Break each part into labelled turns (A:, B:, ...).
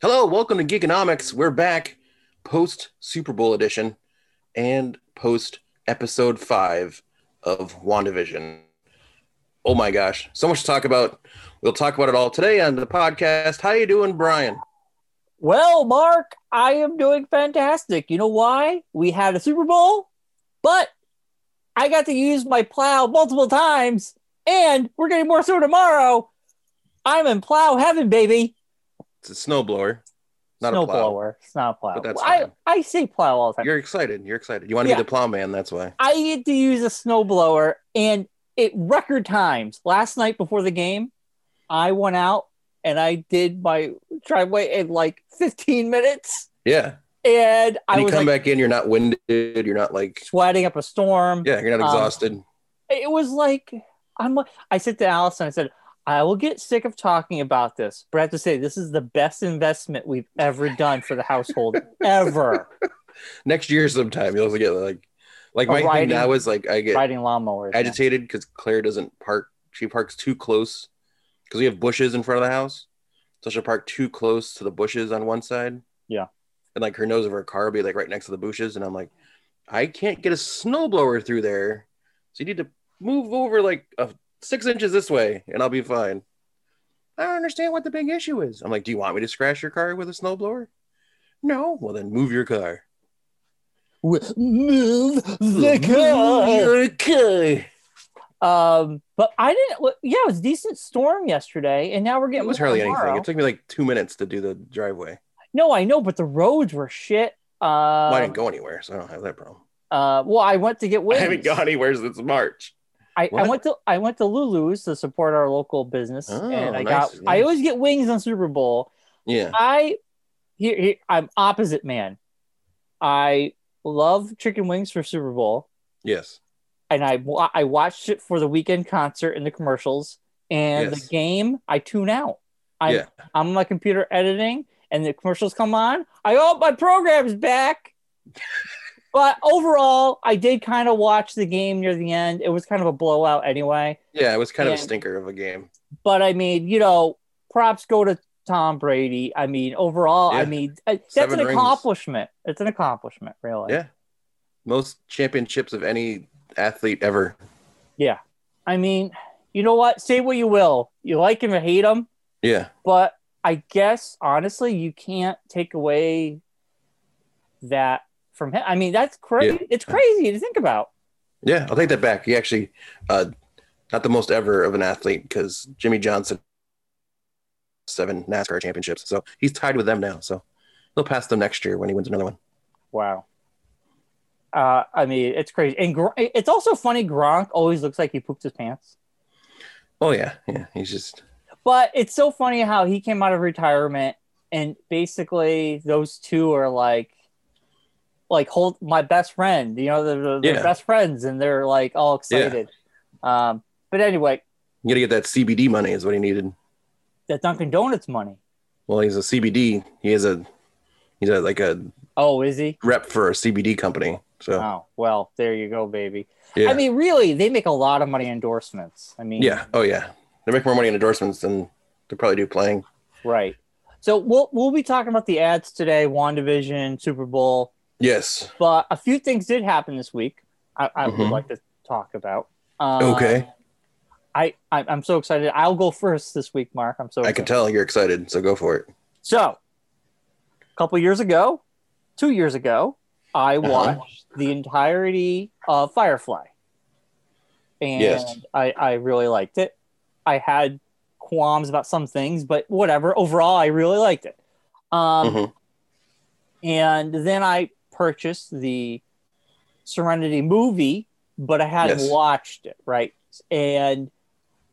A: Hello, welcome to Geekonomics. We're back post Super Bowl edition and post episode five of WandaVision. Oh my gosh, so much to talk about. We'll talk about it all today on the podcast. How you doing, Brian?
B: Well, Mark, I am doing fantastic. You know why? We had a Super Bowl, but I got to use my plow multiple times, and we're getting more snow tomorrow. I'm in plow heaven, baby.
A: It's a snowblower, not a plow.
B: Snowblower. It's not a plow.
A: But that's
B: I,
A: fine.
B: I say plow all the time.
A: You're excited. You're excited. You want to
B: Yeah.
A: be the plowman. That's why.
B: I get to use a snowblower, and at record times. Last night before the game, I went out and I did my driveway in like 15 minutes,
A: Yeah. And
B: and I
A: you
B: was
A: come
B: like,
A: back in. You're not winded. You're not like
B: sweating up a storm.
A: yeah. You're not
B: Um,
A: exhausted.
B: It was like I'm. like- I said to Allison, I said. I will get sick of talking about this, but I have to say, this is the best investment we've ever done for the household ever.
A: Next year, sometime you'll get like like
B: A
A: my thing
B: riding-
A: now is like I get
B: Riding lawnmowers. man.
A: agitated because Claire doesn't park. She parks too close because we have bushes in front of the house. So she'll park too close to the bushes on one side.
B: Yeah.
A: And like her nose of her car will be like right next to the bushes. And I'm like, I can't get a snowblower through there. So you need to move over like uh, six inches this way and I'll be fine. I don't understand what the big issue is. I'm like, do you want me to scratch your car with a snowblower? No. Well, then move your car.
B: W- Move the
A: Move
B: car.
A: your car.
B: Um, but I didn't. well, Yeah, it was a decent storm yesterday, and now we're getting
A: It was
B: more
A: hardly
B: tomorrow.
A: anything. It took me like two minutes to do the driveway.
B: no, I know, but the roads were shit. Uh,
A: well, I didn't go anywhere, so I don't have that problem.
B: uh, well, I went to get wings.
A: I haven't gone anywhere since March.
B: I, I
A: What?
B: went to I went to Lulu's to support our local business,
A: Oh,
B: and I
A: nice,
B: got I
A: nice.
B: always get wings on Super Bowl.
A: Yeah.
B: I here, here I'm opposite man. I love chicken wings for Super Bowl.
A: Yes.
B: and I wa- I watched it for the weekend concert and the commercials and
A: Yes.
B: the game. I tune out. I'm
A: Yeah.
B: I'm on my computer editing, and the commercials come on. I hope my program's back. but overall, I did kind of watch the game near the end. It was kind of a blowout anyway.
A: Yeah. It was kind of a
B: And-
A: stinker of a game.
B: But I mean, you know, props go to Tom Brady. I mean, overall, I
A: Yeah.
B: mean, I- that's
A: Seven
B: an
A: rings.
B: accomplishment. It's an accomplishment, really.
A: Yeah. Most championships of any athlete ever.
B: I mean, you know what? Say what you will. You like him or hate him.
A: Yeah.
B: but I guess honestly, you can't take away that from him. I mean, that's crazy. It's crazy to think about.
A: Yeah. I'll take that back. He actually, uh, not the most ever of an athlete because Jimmy Johnson, seven NASCAR championships. So he's tied with them now. So he'll pass them next year when he wins another one.
B: Wow. Uh, I mean, it's crazy, and Gr- it's also funny. Gronk always looks like he pooped his pants,
A: Oh, yeah. Yeah. He's just,
B: but it's so funny how he came out of retirement, and basically those two are like, like hold my best friend. You know, they're, they're
A: Yeah.
B: best friends, and they're like all excited. Um, but anyway,
A: you got to get that CBD money is what he needed.
B: that Dunkin' Donuts money.
A: Well, he's a CBD. He is a, he's a, like a
B: Oh, is he?
A: rep for a CBD company. So,
B: Oh well, there you go, baby.
A: yeah.
B: I mean, really, they make a lot of money endorsements. I mean,
A: Yeah. Oh, yeah. They make more money in endorsements than they probably do playing.
B: right. So we'll we'll be talking about the ads today, Wandavision, Super Bowl,
A: Yes.
B: but a few things did happen this week. I, I would
A: Mhm.
B: like to talk about. Uh,
A: Okay.
B: I, I I'm so excited. I'll go first this week, Mark. I'm so
A: I
B: excited.
A: can tell you're excited, so go for it.
B: So, a couple years ago, two years ago, I
A: Uh-huh.
B: watched the entirety of Firefly, and
A: Yes.
B: I, I really liked it. I had qualms about some things, but whatever. Overall, I really liked it. Um,
A: Mhm.
B: And then I purchased the Serenity movie but I hadn't
A: Yes.
B: watched it right. And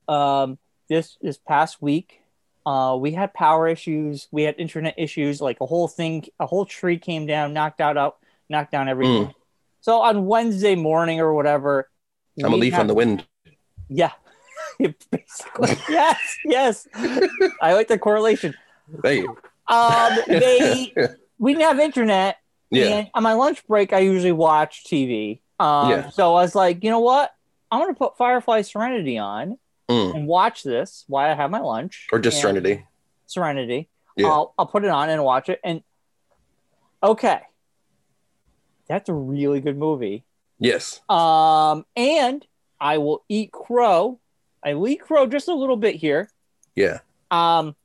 B: um, this this past week, uh, we had power issues, we had internet issues, like a whole thing, a whole tree came down, knocked out out, knocked down everything.
A: Mm.
B: So on Wednesday morning or whatever,
A: I'm a
B: we
A: leaf
B: had-
A: on the wind.
B: yeah. Basically, yes, yes. I like the correlation.
A: Hey,
B: Um, they we didn't have internet,
A: yeah,
B: and on my lunch break, I usually watch TV. Um,
A: Yeah.
B: So I was like, you know what? I'm going to put Firefly Serenity on
A: Mm.
B: and watch this while I have my lunch.
A: or just
B: And
A: Serenity.
B: Serenity.
A: Yeah.
B: I'll, I'll put it on and watch it. And okay, that's a really good movie.
A: Yes,
B: Um, and I will eat crow. I will eat crow just a little bit here.
A: yeah,
B: Um,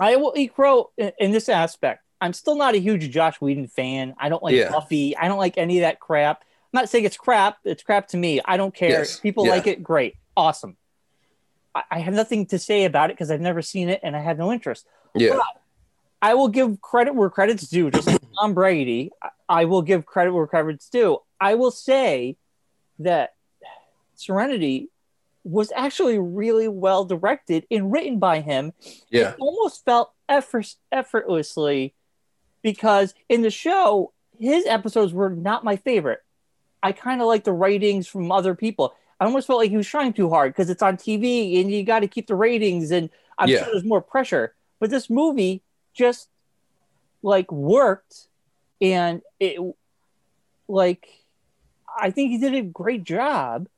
B: I will eat crow in, in this aspect. I'm still not a huge Josh Whedon fan. I don't like
A: Yeah.
B: Buffy. I don't like any of that crap. I'm not saying it's crap. It's crap to me. I don't care.
A: Yes.
B: People
A: Yeah.
B: like it. Great. Awesome. I, I have nothing to say about it because I've never seen it and I have no interest.
A: yeah,
B: I will give credit where credit's due. Just like Tom Brady, I, I will give credit where credit's due. I will say that Serenity was actually really well directed and written by him
A: yeah,
B: almost felt effort- effortlessly because in the show his episodes were not my favorite i kind of like the ratings from other people i almost felt like he was trying too hard because it's on tv and you got to keep the ratings and i'm
A: Yeah.
B: sure there's more pressure but this movie just like worked and it like i think he did a great job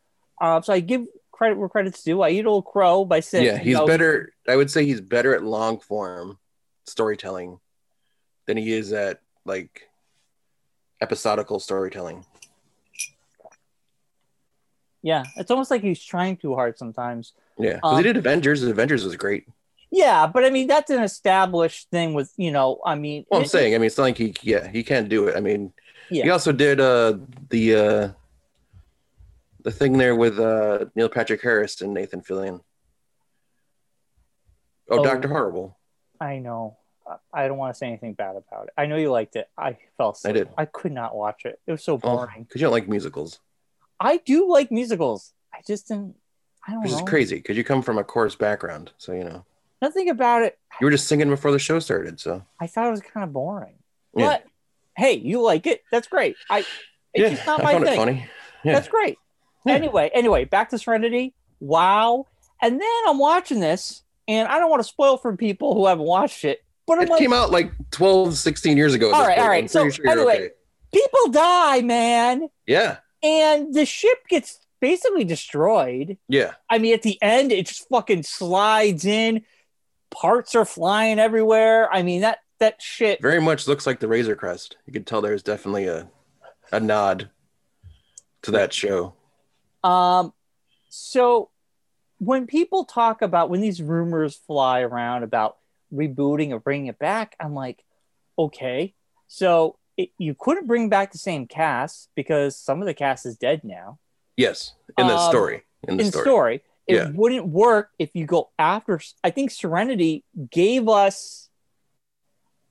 B: um, so i give credit where credit's due i eat old crow by saying
A: yeah.
B: you
A: He's
B: know,
A: better. I would say he's better at long form storytelling than he is at like episodical storytelling.
B: Yeah, it's almost like he's trying too hard sometimes.
A: Yeah, because
B: Um,
A: he did Avengers. and Avengers was great.
B: Yeah, but I mean that's an established thing with you know I mean
A: Well, I'm
B: it-
A: saying, I mean, it's not like he, yeah, he can do it. I mean, he
B: Yeah.
A: also did uh the uh the thing there with uh Neil Patrick Harris and Nathan Fillion. Oh,
B: Oh.
A: Doctor Horrible.
B: I know I- I don't want to say anything bad about it. I know you liked it. I fell asleep.
A: did.
B: I could not watch it. It was so
A: Oh,
B: boring.
A: because you don't like musicals,
B: I do like musicals. I just didn't. I don't
A: which is
B: know.
A: crazy because you come from a chorus background, so you know
B: Nothing about it.
A: you were just singing before the show started. So
B: I thought it was kind of boring.
A: Yeah.
B: But hey, you like it? That's great. I it's
A: yeah,
B: just not
A: I
B: my
A: found
B: thing.
A: it funny. Yeah.
B: That's great.
A: Yeah.
B: Anyway, anyway, back to Serenity. Wow. And then I'm watching this, and I don't want to spoil for people who haven't watched it, but I'm
A: It
B: like,
A: came out like 12, 16 years ago. at
B: All
A: this
B: right,
A: point.
B: all right.
A: I'm pretty
B: So,
A: sure you're
B: anyway-
A: okay.
B: people die, man.
A: yeah,
B: And the ship gets basically destroyed.
A: yeah,
B: I mean, at the end, it just fucking slides in. Parts are flying everywhere. I mean, that that shit.
A: very much looks like the Razor Crest. You can tell there's definitely a a nod to that show.
B: Um, so when people talk about when these rumors fly around about rebooting or bringing it back, I'm like, okay, so it, you couldn't bring back the same cast because some of the cast is dead now.
A: Yes, in the
B: Um,
A: story. In the
B: In
A: story.
B: story, it
A: Yeah.
B: wouldn't work if you go after. I think Serenity gave us.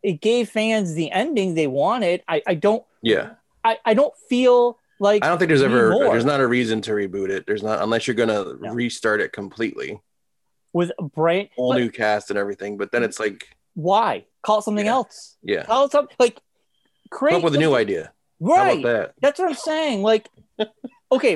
B: It gave fans the ending they wanted. I, I don't
A: Yeah,
B: I, I don't feel like
A: I don't think there's
B: need
A: ever
B: more.
A: there's not a reason to reboot it. There's not unless you're gonna
B: No.
A: restart it completely,
B: with a brain.
A: all
B: but
A: new cast and everything. But then it's like,
B: Why call it something
A: Yeah.
B: else?
A: yeah,
B: Call it something like
A: come
B: create
A: up with a new idea. How
B: right.
A: about that?
B: That's what I'm saying. Like, okay,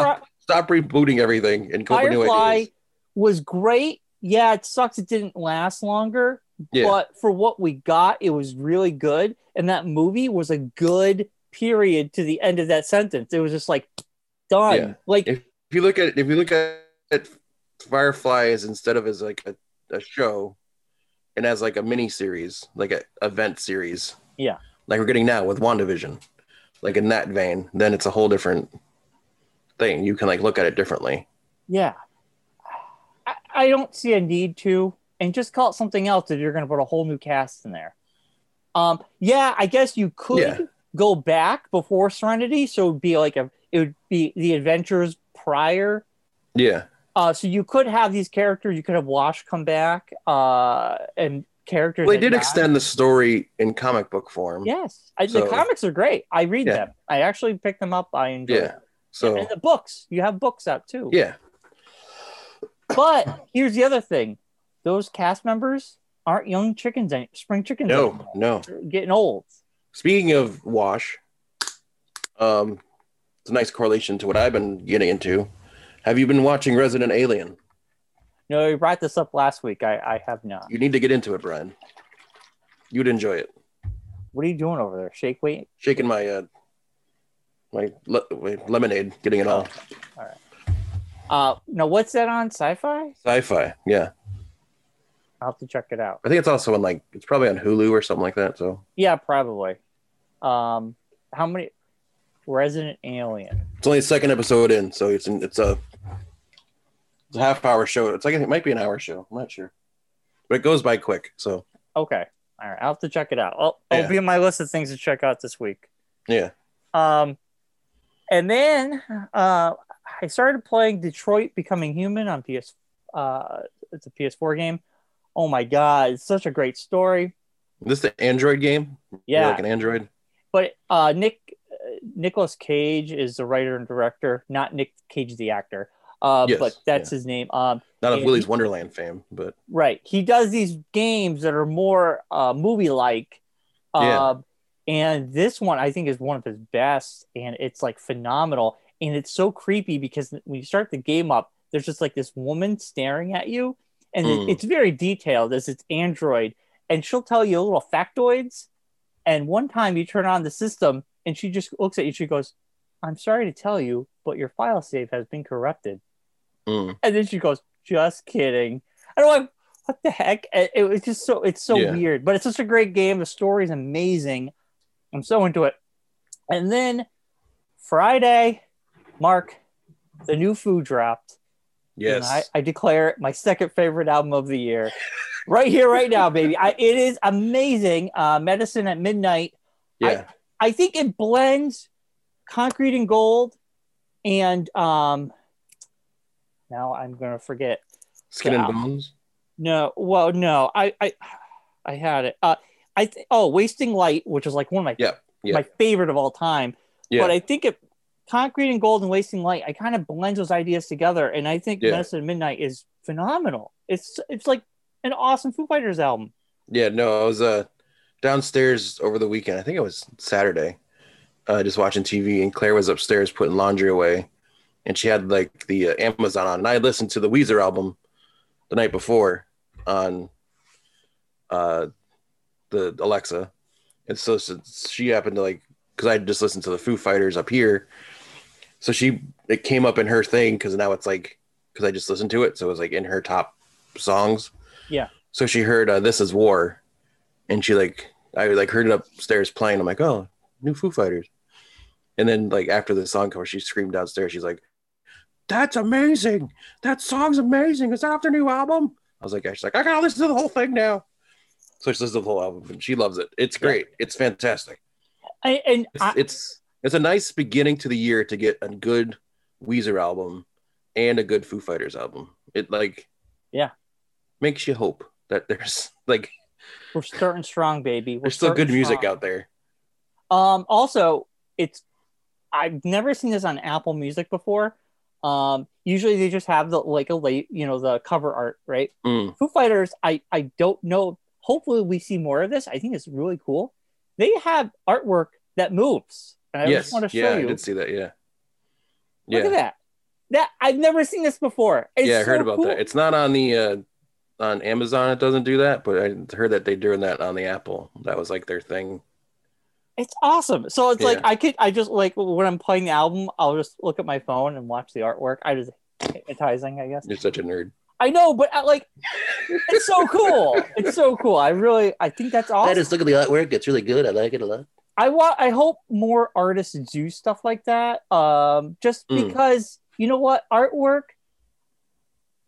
A: Stop, stop rebooting everything and come up with new
B: Firefly
A: ideas.
B: was great. Yeah, it sucks it didn't last longer,
A: Yeah,
B: but for what we got, it was really good. And that movie was a good period to the end of that sentence. It was just like done.
A: Yeah.
B: Like,
A: if you look at if you look at Firefly as instead of as like a, a show, and as like a mini series, like a event series.
B: Yeah.
A: like we're getting now with Wandavision, like in that vein, then it's a whole different thing. You can like look at it differently.
B: yeah, I, I don't see a need to, and just call it something else if you're going to put a whole new cast in there. Um, yeah, I guess you could.
A: Yeah.
B: go back before Serenity, so it'd be like a it would be the adventures prior.
A: Yeah,
B: Uh, so you could have these characters. You could have Wash come back, uh, and characters.
A: well, they
B: that
A: did
B: die.
A: extend the story in comic book form.
B: Yes, I,
A: So-
B: the comics are great. I read
A: Yeah.
B: them. I actually picked them up. I enjoy.
A: Yeah.
B: them.
A: So
B: and the books. You have books out too.
A: yeah,
B: But here's the other thing: those cast members aren't young chickens, any- spring chickens.
A: no,
B: anymore.
A: no.
B: They're getting old.
A: Speaking of wash, um, it's a nice correlation to what I've been getting into. Have you been watching Resident Alien?
B: No, you brought this up last week. I, I have not.
A: You need to get into it, Brian. You'd enjoy it.
B: What are you doing over there? Shake weight.
A: Shaking my uh, my, le- my lemonade, getting it all.
B: Uh, now what's that on Sci-Fi?
A: Sci-fi, yeah.
B: I'll have to check it out.
A: I think it's also on like it's probably on Hulu or something like that. So
B: Yeah, probably. Um, how many? Resident Alien.
A: it's only the second episode in, so it's an, it's a it's a half hour show. It's like it might be an hour show. I'm not sure, but it goes by quick. So
B: Okay. All right. I'll have to check it out. I'll,
A: Yeah.
B: I'll be on my list of things to check out this week.
A: yeah,
B: Um, and then uh, I started playing Detroit Becoming Human on PS. Uh, it's a PS4 game. Oh my god, it's such a great story.
A: this the Android game. You're
B: Yeah,
A: like an Android.
B: but uh, Nick uh, Nicholas Cage is the writer and director, not Nick Cage the actor. Uh,
A: Yes,
B: but that's his name. Um,
A: Not of
B: Yeah.
A: Willy's Wonderland fame, but
B: Right. He does these games that are more uh, movie like. Uh, And this one, I think, is one of his best. And it's like phenomenal. And it's so creepy because when you start the game up, there's just like this woman staring at you. And it-
A: Mm.
B: it's very detailed as it's Android. And she'll tell you little factoids. And one time you turn on the system and she just looks at you. She goes, I'm sorry to tell you, but your file save has been corrupted.
A: mm,
B: And then she goes, "Just kidding." And I'm like, "What the heck?" And It was just so it's so
A: Yeah.
B: weird, but it's such a great game. The story's amazing. I'm so into it. And then Friday, Mark, the new food dropped.
A: yes,
B: And I, I declare it my second favorite album of the year. right here, right now, baby. I, it is amazing. Uh, Medicine at Midnight.
A: yeah,
B: I think it blends concrete and gold and um now I'm gonna forget.
A: Skin
B: Yeah.
A: and Bones.
B: No, well, no, I, I, I had it. Uh, I th- oh, wasting light, which is like one of my
A: Yeah, yeah.
B: my favorite of all time.
A: Yeah.
B: But I think it, concrete and gold and wasting light, I kind of blend those ideas together, and I think
A: Yeah.
B: Medicine at Midnight is phenomenal. It's it's like an awesome Foo Fighters album.
A: Yeah, no, I was uh downstairs over the weekend. I think it was Saturday. Uh just watching TV and Claire was upstairs putting laundry away and she had like the uh, Amazon on and I listened to the Weezer album the night before on uh the Alexa. And so, so she happened to like cuz I just listened to the Foo Fighters up here. So she it came up in her thing cuz now it's like cuz I just listened to it so it was like in her top songs so she heard uh, this is war and she like i like heard it upstairs playing i'm like oh new foo fighters and then like after the song comes she screamed downstairs she's like that's amazing that song's amazing is that off their new album i was like yeah. she's like i gotta listen to the whole thing now so she listens to the whole album and she loves it it's
B: Yeah.
A: great it's fantastic
B: I, and
A: it's,
B: I,
A: it's it's a nice beginning to the year to get a good weezer album and a good foo fighters album it like
B: Yeah.
A: makes you hope that there's like
B: we're starting strong, baby. We're
A: there's still good
B: starting
A: music
B: strong.
A: out there.
B: Um, also, it's I've never seen this on Apple Music before. Um, usually they just have the like a late, you know, the cover art, right?
A: Mm,
B: Foo Fighters, I I don't know. Hopefully, we see more of this. I think it's really cool. They have artwork that moves, and I
A: yes,
B: just want to show
A: yeah,
B: you.
A: I did see that. Yeah,
B: Look
A: yeah,
B: at that. That I've never seen this before. It's
A: yeah. I heard
B: so
A: about
B: cool.
A: that. It's not on the uh, on Amazon. It doesn't do that, but I heard that they're doing that on the Apple. That was like their thing.
B: It's awesome. So it's like
A: Yeah.
B: I could I just like when I'm playing the album, I'll just look at my phone and watch the artwork. I just hypnotizing, I guess.
A: You're such a nerd.
B: I know, but I, like, it's so cool. It's so cool. I really, I think that's awesome.
A: look at the artwork. It's really good. I like it a lot.
B: I want. I hope more artists do stuff like that. Um, just
A: Mm.
B: because you know what, artwork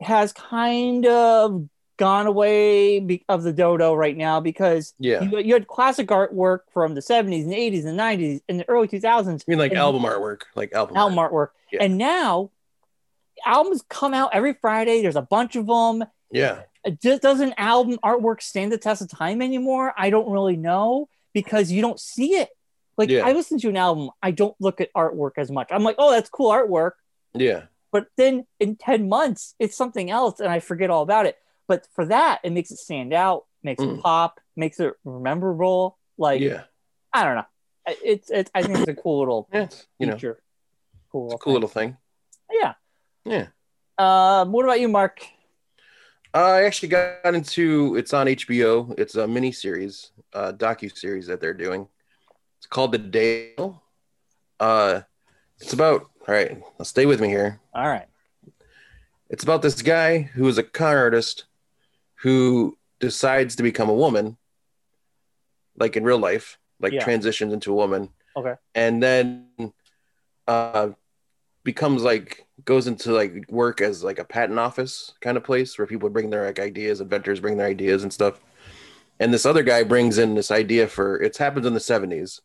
B: has kind of gone away be- of the dodo right now because
A: Yeah, I
B: you, you had classic artwork from the seventies and eighties and nineties and the early two thousands
A: mean like
B: And-
A: album artwork, like album.
B: album
A: art.
B: artwork,
A: Yeah.
B: and now albums come out every Friday. There's a bunch of them.
A: Yeah,
B: it just doesn't album artwork stand the test of time anymore i don't really know because you don't see it Like
A: Yeah.
B: I listen to an album, I don't look at artwork as much. I'm like, oh, that's cool artwork.
A: Yeah.
B: But then in 10 months, it's something else and I forget all about it. But for that, it makes it stand out, makes
A: Mm.
B: it pop, makes it memorable. Like,
A: yeah.
B: I don't know. I- It's, it's, I think it's a cool little
A: Yeah. It's, you know, it's
B: feature. Cool.
A: a cool little thing.
B: thing. Yeah.
A: Yeah.
B: Um, what about you, Mark?
A: I actually got into it's on HBO. It's a mini series, uh docu series that they're doing. It's called The Dale. Uh it's about all right, now stay with me here.
B: All right.
A: It's about this guy who is a con artist who decides to become a woman, like in real life, like
B: Yeah.
A: transitions into a woman.
B: Okay.
A: And then uh, becomes like, goes into like work as like a patent office kind of place where people bring their like ideas, inventors bring their ideas and stuff. And this other guy brings in this idea for it's happened in the 70s.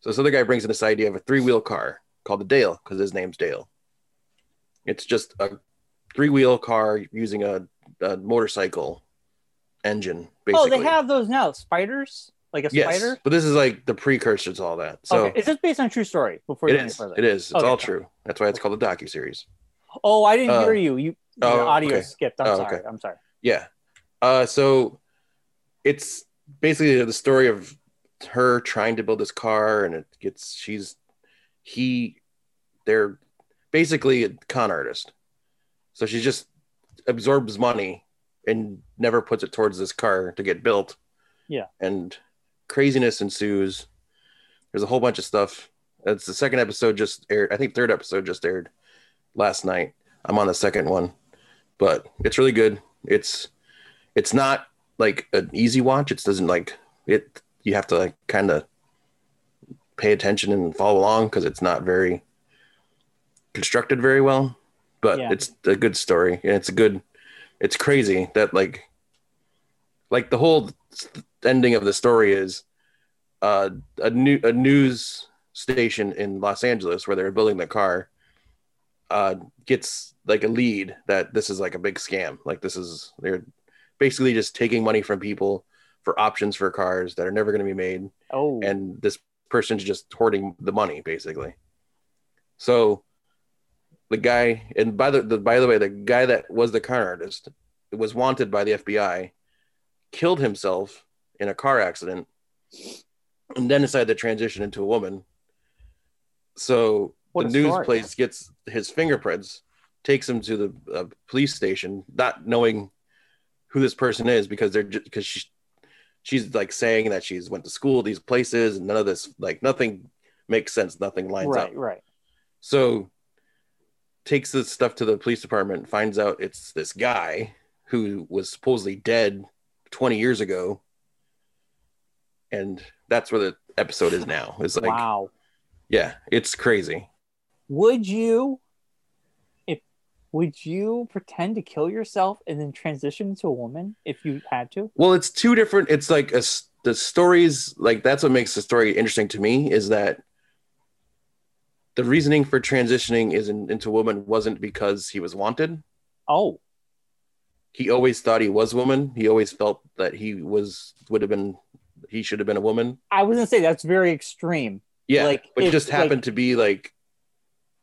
A: So this other guy brings in this idea of a three wheel car called the Dale because his name's Dale. It's just a three wheel car using a, a motorcycle engine. Basically.
B: Oh, they have those now. Spiders? Like a
A: yes,
B: spider?
A: but this is like the precursor to all that. So
B: okay. Is this based on true story? Before you
A: it
B: go any
A: is.
B: further?
A: It is. It's
B: Okay.
A: all true. That's why it's called a docu series.
B: Oh, I didn't
A: Uh,
B: hear you. You the
A: oh,
B: audio
A: okay.
B: skipped. I'm
A: Oh,
B: sorry.
A: okay.
B: I'm sorry.
A: Yeah. Uh, so it's basically the story of her trying to build this car, and it gets she's he they're basically a con artist. So she just absorbs money and never puts it towards this car to get built.
B: Yeah.
A: And craziness ensues. There's a whole bunch of stuff. It's the second episode just aired. I think third episode just aired last night. I'm on the second one, but it's really good. It's it's not like an easy watch. It doesn't like it. You have to like kind of pay attention and follow along because it's not very constructed very well. But
B: Yeah.
A: it's a good story and it's a good. It's crazy that like like the whole ending of the story is uh, a new a news station in Los Angeles where they're building the car uh, gets like a lead that this is like a big scam. Like this is they're basically just taking money from people for options for cars that are never going to be made,
B: Oh,
A: and this person's just hoarding the money basically. So the guy, and by the, the by the way, the guy that was the car artist was wanted by the FBI, killed himself in a car accident, and then decided to transition into a woman. So
B: What
A: the
B: a
A: news
B: story.
A: place gets his fingerprints, takes him to the uh, police station, not knowing who this person is because they're because she she's like saying that she's went to school these places and none of this like nothing makes sense nothing lines up
B: right, right.
A: so takes this stuff to the police department, finds out it's this guy who was supposedly dead 20 years ago. And that's where the episode is now. It's like,
B: wow.
A: yeah, it's crazy.
B: Would you, if would you pretend to kill yourself and then transition into a woman if you had to?
A: Well, it's two different. It's like a, s- the stories, like, that's what makes the story interesting to me is that the reasoning for transitioning is in, into woman wasn't because he was wanted.
B: Oh,
A: he always thought he was a woman. He always felt that he was would have been he should have been a woman.
B: I was gonna say that's very extreme.
A: Yeah,
B: Like,
A: but it
B: if-
A: just
B: like-
A: happened to be like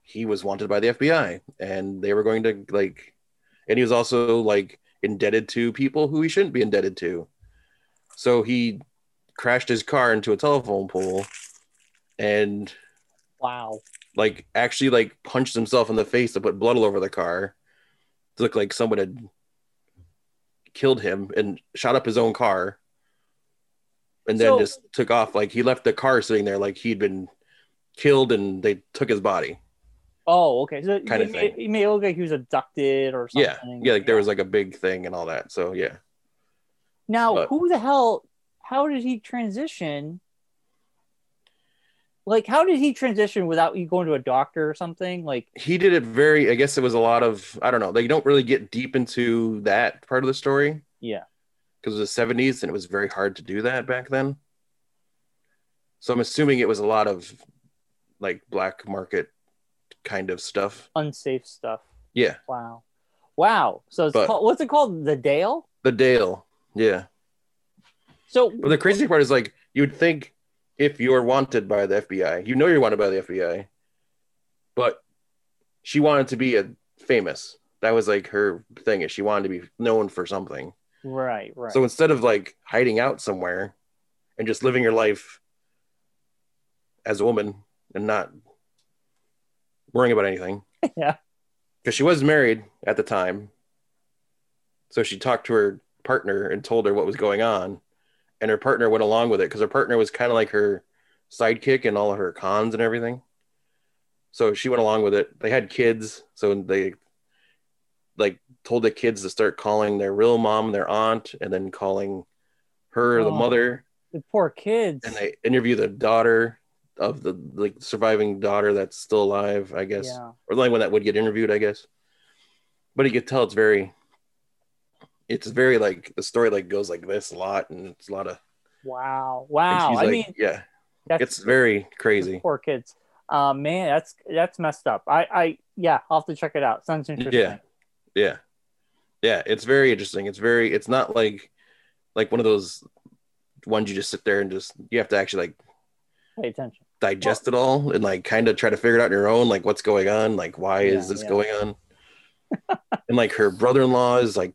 A: he was wanted by the FBI, and they were going to like, and he was also like indebted to people who he shouldn't be indebted to. So he crashed his car into a telephone pole, and
B: Wow.
A: like actually like punched himself in the face to put blood all over the car to look like someone had killed him and shot up his own car and then
B: So-
A: just took off like he left the car sitting there like he'd been killed and they took his body
B: Oh, okay. So
A: Kinda
B: he, may,
A: thing.
B: he may look like he was abducted or
A: yeah
B: something.
A: yeah like there was like a big thing and all that so yeah
B: Now,
A: But-
B: who the hell? How did he transition? Like, how did he transition without you going to a doctor or something? Like,
A: he did it very i guess it was a lot of i don't know they don't really get deep into that part of the story
B: Yeah.
A: because it was the 70s and it was very hard to do that back then so i'm assuming it was a lot of like black market kind of stuff
B: unsafe stuff.
A: yeah
B: Wow, wow. So it's
A: But-
B: called, what's it called? The Dale.
A: the dale yeah
B: So
A: but the crazy part is like you would think if you're wanted by the FBI. You know you're wanted by the FBI. But she wanted to be a famous. That was like her thing is she wanted to be known for something.
B: Right, right.
A: So instead of like hiding out somewhere and just living your life as a woman and not worrying about anything.
B: Yeah.
A: Because she was married at the time. So she talked to her partner and told her what was going on. And her partner went along with it because her partner was kind of like her sidekick and all of her cons and everything. So she went along with it. They had kids. So they like told the kids to start calling their real mom their aunt and then calling her the
B: Oh.
A: mother.
B: the poor kids.
A: And they interview the daughter of the like surviving daughter that's still alive, I guess
B: Yeah.
A: or the only one that would get interviewed, I guess. But you could tell it's very, it's very like the story like goes like this a lot, and it's a lot of.
B: Wow.
A: and
B: Wow.
A: she's
B: I
A: like-
B: mean,
A: yeah,
B: that's
A: it's very crazy.
B: poor kids. Uh, man, that's that's messed up. I, I, yeah, I'll have to check it out. Sounds interesting.
A: Yeah, yeah, yeah. It's very interesting. It's very. It's not like, like one of those ones you just sit there and just you have to actually like
B: Pay attention.
A: digest it all and like kind of try to figure it out on your own like what's going on like why is
B: Yeah,
A: this
B: yeah.
A: going on and like her brother-in-law is like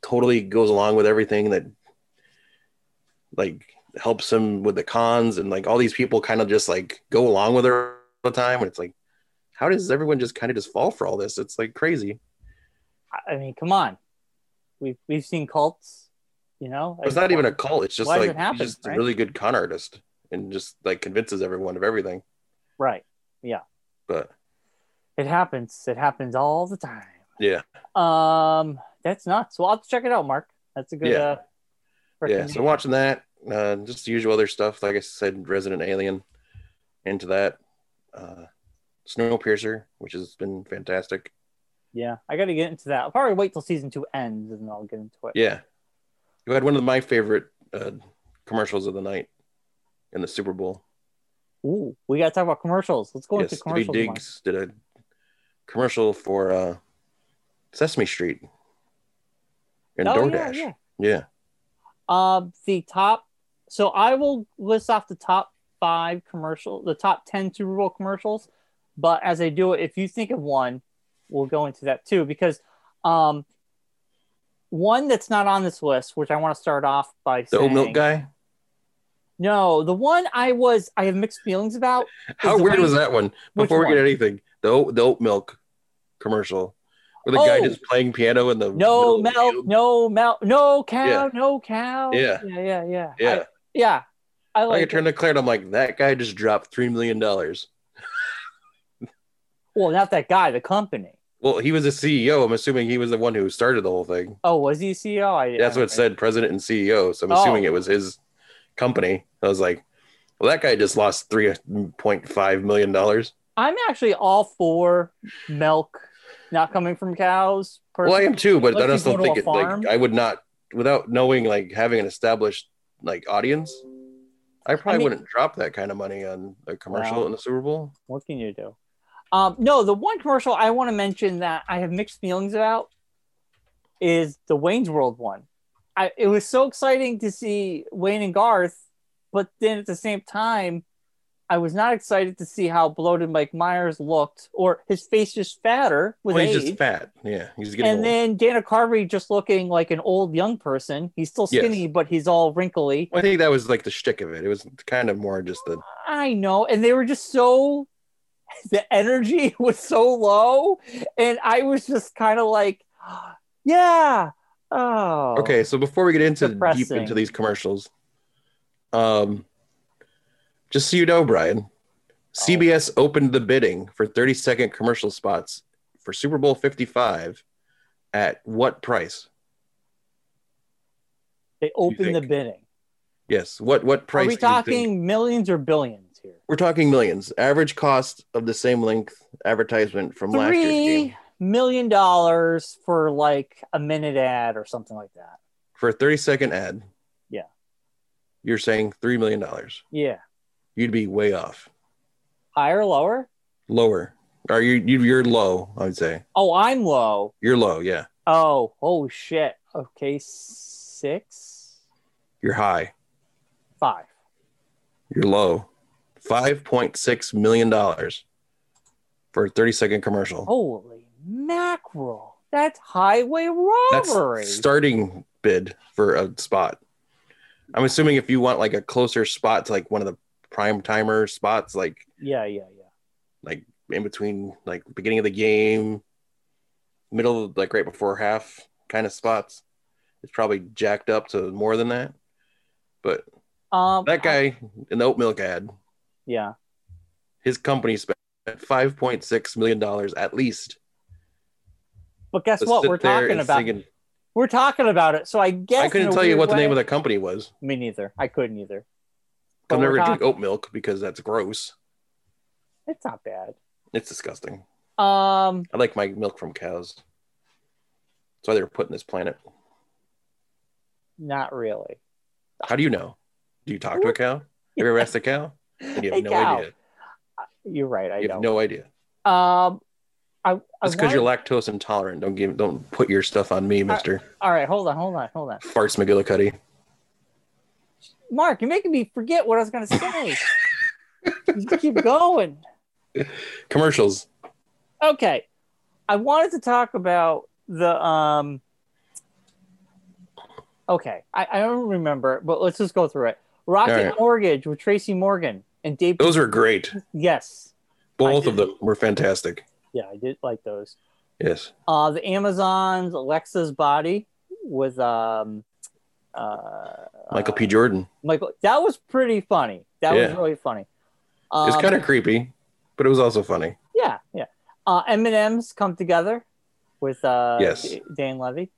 A: totally goes along with everything that like helps him with the cons and like all these people kind of just like go along with her all the time and it's like how does everyone just kind of just fall for all this it's like crazy
B: I, I mean, come on. We've we've seen cults. You know,
A: it's not even a cult it's just
B: why does
A: like
B: it happen,
A: he's just
B: right?
A: a really good con artist and just like convinces everyone of everything
B: right.
A: but
B: It happens. It happens all the time.
A: yeah
B: Um, that's nuts. Well, I'll have to check it out, Mark. That's a good.
A: Yeah.
B: Uh,
A: yeah so
B: recommendation.
A: watching that uh, just the usual other stuff like i said resident alien into that uh, snowpiercer which has been fantastic
B: Yeah, I got to get into that. I'll probably wait till season two ends, and then I'll get into it.
A: yeah you had one of my favorite uh, commercials of the night in the super bowl
B: Ooh, we got to talk about commercials. Let's go into
A: yes Stevie
B: commercials. Mark.
A: diggs did a commercial for uh, sesame street and
B: Oh, yeah,
A: doordash
B: yeah.
A: yeah
B: Um, the top. So I will list off the top five commercial, the top ten Super Bowl commercials. But as I do it, if you think of one, we'll go into that too because um, one that's not on this list, which I want to start off by
A: the oat
B: saying,
A: milk guy
B: No, the one I was I have mixed feelings about.
A: how
B: the
A: weird
B: one-
A: was that one
B: Which
A: before we
B: one?
A: get anything the oat, the oat milk commercial where the
B: Oh.
A: guy just playing piano in the middle
B: No
A: of the
B: milk,
A: field.
B: no milk, no cow,
A: Yeah.
B: no cow.
A: Yeah.
B: yeah, yeah, yeah.
A: yeah
B: I, yeah. I
A: i
B: like.
A: turned to claire and i'm like that guy just dropped three million dollars
B: Well, not that guy, the company.
A: well he was a ceo i'm assuming he was the one who started the whole thing
B: Oh, was he CEO? I,
A: that's what it said president and ceo so i'm assuming
B: Oh.
A: it was his company i was like well that guy just lost 3.5 million dollars
B: I'm actually all for milk not coming from cows.
A: well i am too but
B: Unless
A: i
B: you
A: just don't
B: go to a
A: think it
B: farm.
A: like i would not without knowing like having an established like audience i probably
B: mean-
A: wouldn't drop that kind of money on a commercial
B: Wow.
A: in the super bowl
B: What can you do? Um, no, the one commercial I want to mention that I have mixed feelings about is the Wayne's World one. I, it was so exciting to see Wayne and Garth, but then at the same time, I was not excited to see how bloated Mike Myers looked, or his face just fatter with
A: well he's
B: age.
A: just fat yeah he's getting
B: and
A: old.
B: then Dana Carvey just looking like an old young person. He's still
A: Yes.
B: skinny, but he's all wrinkly.
A: Well, I think that was like the shtick of it. It was kind of more just the
B: I know. And they were just so, the energy was so low. And I was just kind of like, yeah. Oh.
A: okay. So before we get into deep
B: Depressing.
A: into these commercials, um, just so you know, Brian,
B: Oh.
A: CBS opened the bidding for 30 second commercial spots for Super Bowl 55 at what price?
B: They opened the
A: think?
B: bidding.
A: Yes, what what price?
B: Are we
A: do you think-
B: talking millions or billions here?
A: We're talking millions. Average cost of the same length advertisement from last year's game
B: Three million dollars for like a minute ad or something like that.
A: for a 30 second ad.
B: Yeah.
A: You're saying three million dollars.
B: Yeah.
A: You'd be way off.
B: Higher, lower?
A: lower or you, you you're low i would say
B: Oh, I'm low.
A: you're low yeah
B: Oh, oh shit. Okay, six,
A: you're high
B: five.
A: You're low. Five point six million dollars for a thirty second commercial.
B: Holy mackerel. That's highway robbery.
A: That's starting bid for a spot. I'm assuming if you want like a closer spot to like one of the prime timer spots, like
B: yeah, yeah, yeah.
A: like in between like beginning of the game, middle like right before half kind of spots, it's probably jacked up to more than that. But
B: Um
A: that
B: I-
A: guy in the oat milk ad,
B: yeah.
A: his company spent five point six million dollars at least.
B: But guess
A: to
B: what?
A: sit
B: We're
A: there
B: talking
A: and
B: about
A: sing and-
B: we're talking about it. So I guess
A: I couldn't tell you what the name of the company was.
B: the me neither. I couldn't either. But
A: I'm
B: we're
A: never gonna drink
B: talking-
A: oat milk because that's gross.
B: It's not bad.
A: It's disgusting.
B: Um
A: I like my milk from cows. That's why they were put in this planet.
B: not really.
A: How do you know? Do you talk to a cow? Have you ever asked a cow? And you have
B: Hey,
A: no
B: Cal,
A: idea.
B: You're right. I
A: You have
B: don't.
A: no idea.
B: um I, I
A: That's because you're
B: wanted-
A: lactose intolerant. Don't give don't put your stuff on me, Mister
B: All right, hold on, hold on, hold on.
A: Farts McGillicuddy.
B: Mark, you're making me forget what I was going to say. You keep going.
A: Commercials.
B: Okay. I wanted to talk about the um Okay, I, I don't remember, but let's just go through it.
A: All
B: Rocket
A: right.
B: Mortgage with Tracy Morgan and Dave
A: Those were great.
B: Yes.
A: Both of
B: did-
A: them were fantastic.
B: Yeah, I did like those.
A: Yes.
B: Uh the Amazon's Alexa's Body with um uh
A: Michael
B: uh,
A: P. Jordan.
B: Michael that was pretty funny. That was
A: Yeah.
B: really funny.
A: It's
B: Um,
A: kind of creepy, but it was also funny.
B: Yeah, yeah. Uh, M and M's come together with uh,
A: Yes.
B: D- Dan Levy.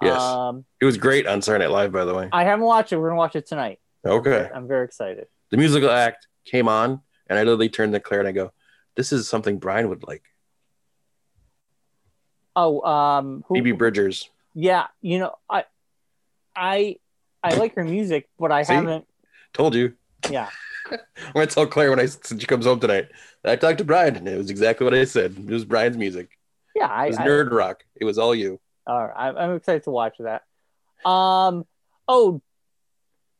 A: Yes.
B: Um,
A: It was great on Saturday Night Live, by the way.
B: I haven't watched it. We're gonna watch it tonight.
A: Okay.
B: I'm very excited.
A: The musical act came on, and I literally turned to Claire and I go, "This is something Brian would like."
B: Oh, um, who,
A: Phoebe Bridgers.
B: yeah. You know, I, I, I like her music, but I
A: See?
B: haven't.
A: Told you.
B: Yeah.
A: I'm gonna tell Claire when I since she comes home tonight. I talked to Brian, and it was exactly what I said. It was Brian's music.
B: Yeah, I,
A: It was
B: I,
A: nerd rock. It was all you.
B: all right, I'm- I'm excited to watch that. Um, oh,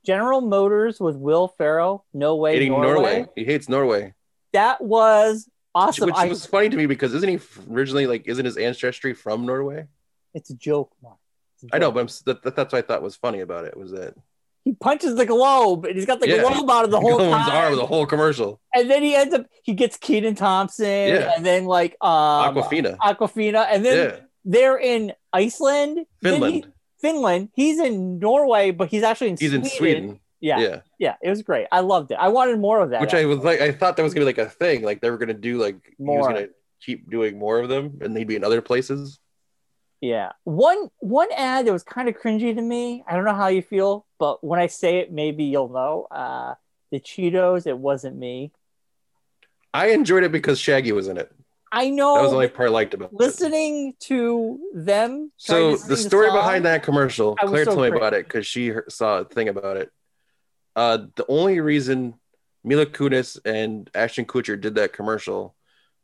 B: General Motors with Will Ferrell. No way,
A: Hating
B: Norway.
A: Norway. He hates Norway,
B: That was awesome.
A: which
B: I,
A: was funny to me because isn't he originally like isn't his ancestry from Norway?
B: it's a joke, Mark. It's a
A: I know,
B: joke.
A: but I'm, s- that, that, that's what I thought was funny about it was that
B: he punches the globe and he's got the
A: Yeah.
B: globe out of the whole
A: Cohen's
B: time.
A: arm the whole commercial.
B: and then he ends up he gets Keenan Thompson
A: Yeah.
B: and then like um
A: Aquafina.
B: Aquafina and then
A: yeah,
B: they're in Iceland. Then
A: Finland.
B: he- Finland. He's in Norway, but he's actually in
A: He's
B: Sweden.
A: in Sweden.
B: Yeah, yeah.
A: yeah.
B: It was great. I loved it. I wanted more of that.
A: which I was like, I thought that was gonna be like a thing, like they were gonna do like he was
B: More.
A: gonna keep doing more of them, and they'd be in other places.
B: yeah. One one ad that was kind of cringy to me. I don't know how you feel, but when I say it, maybe you'll know. Uh the Cheetos, it wasn't me.
A: I enjoyed it because Shaggy was in it.
B: I know
A: that was the only part I liked about. it.
B: listening to them. trying
A: So
B: to
A: the
B: sing
A: story
B: song-
A: behind that commercial,
B: I was
A: Claire
B: so
A: told me
B: cringe.
A: about it because she he- saw a thing about it. Uh, the only reason Mila Kunis and Ashton Kutcher did that commercial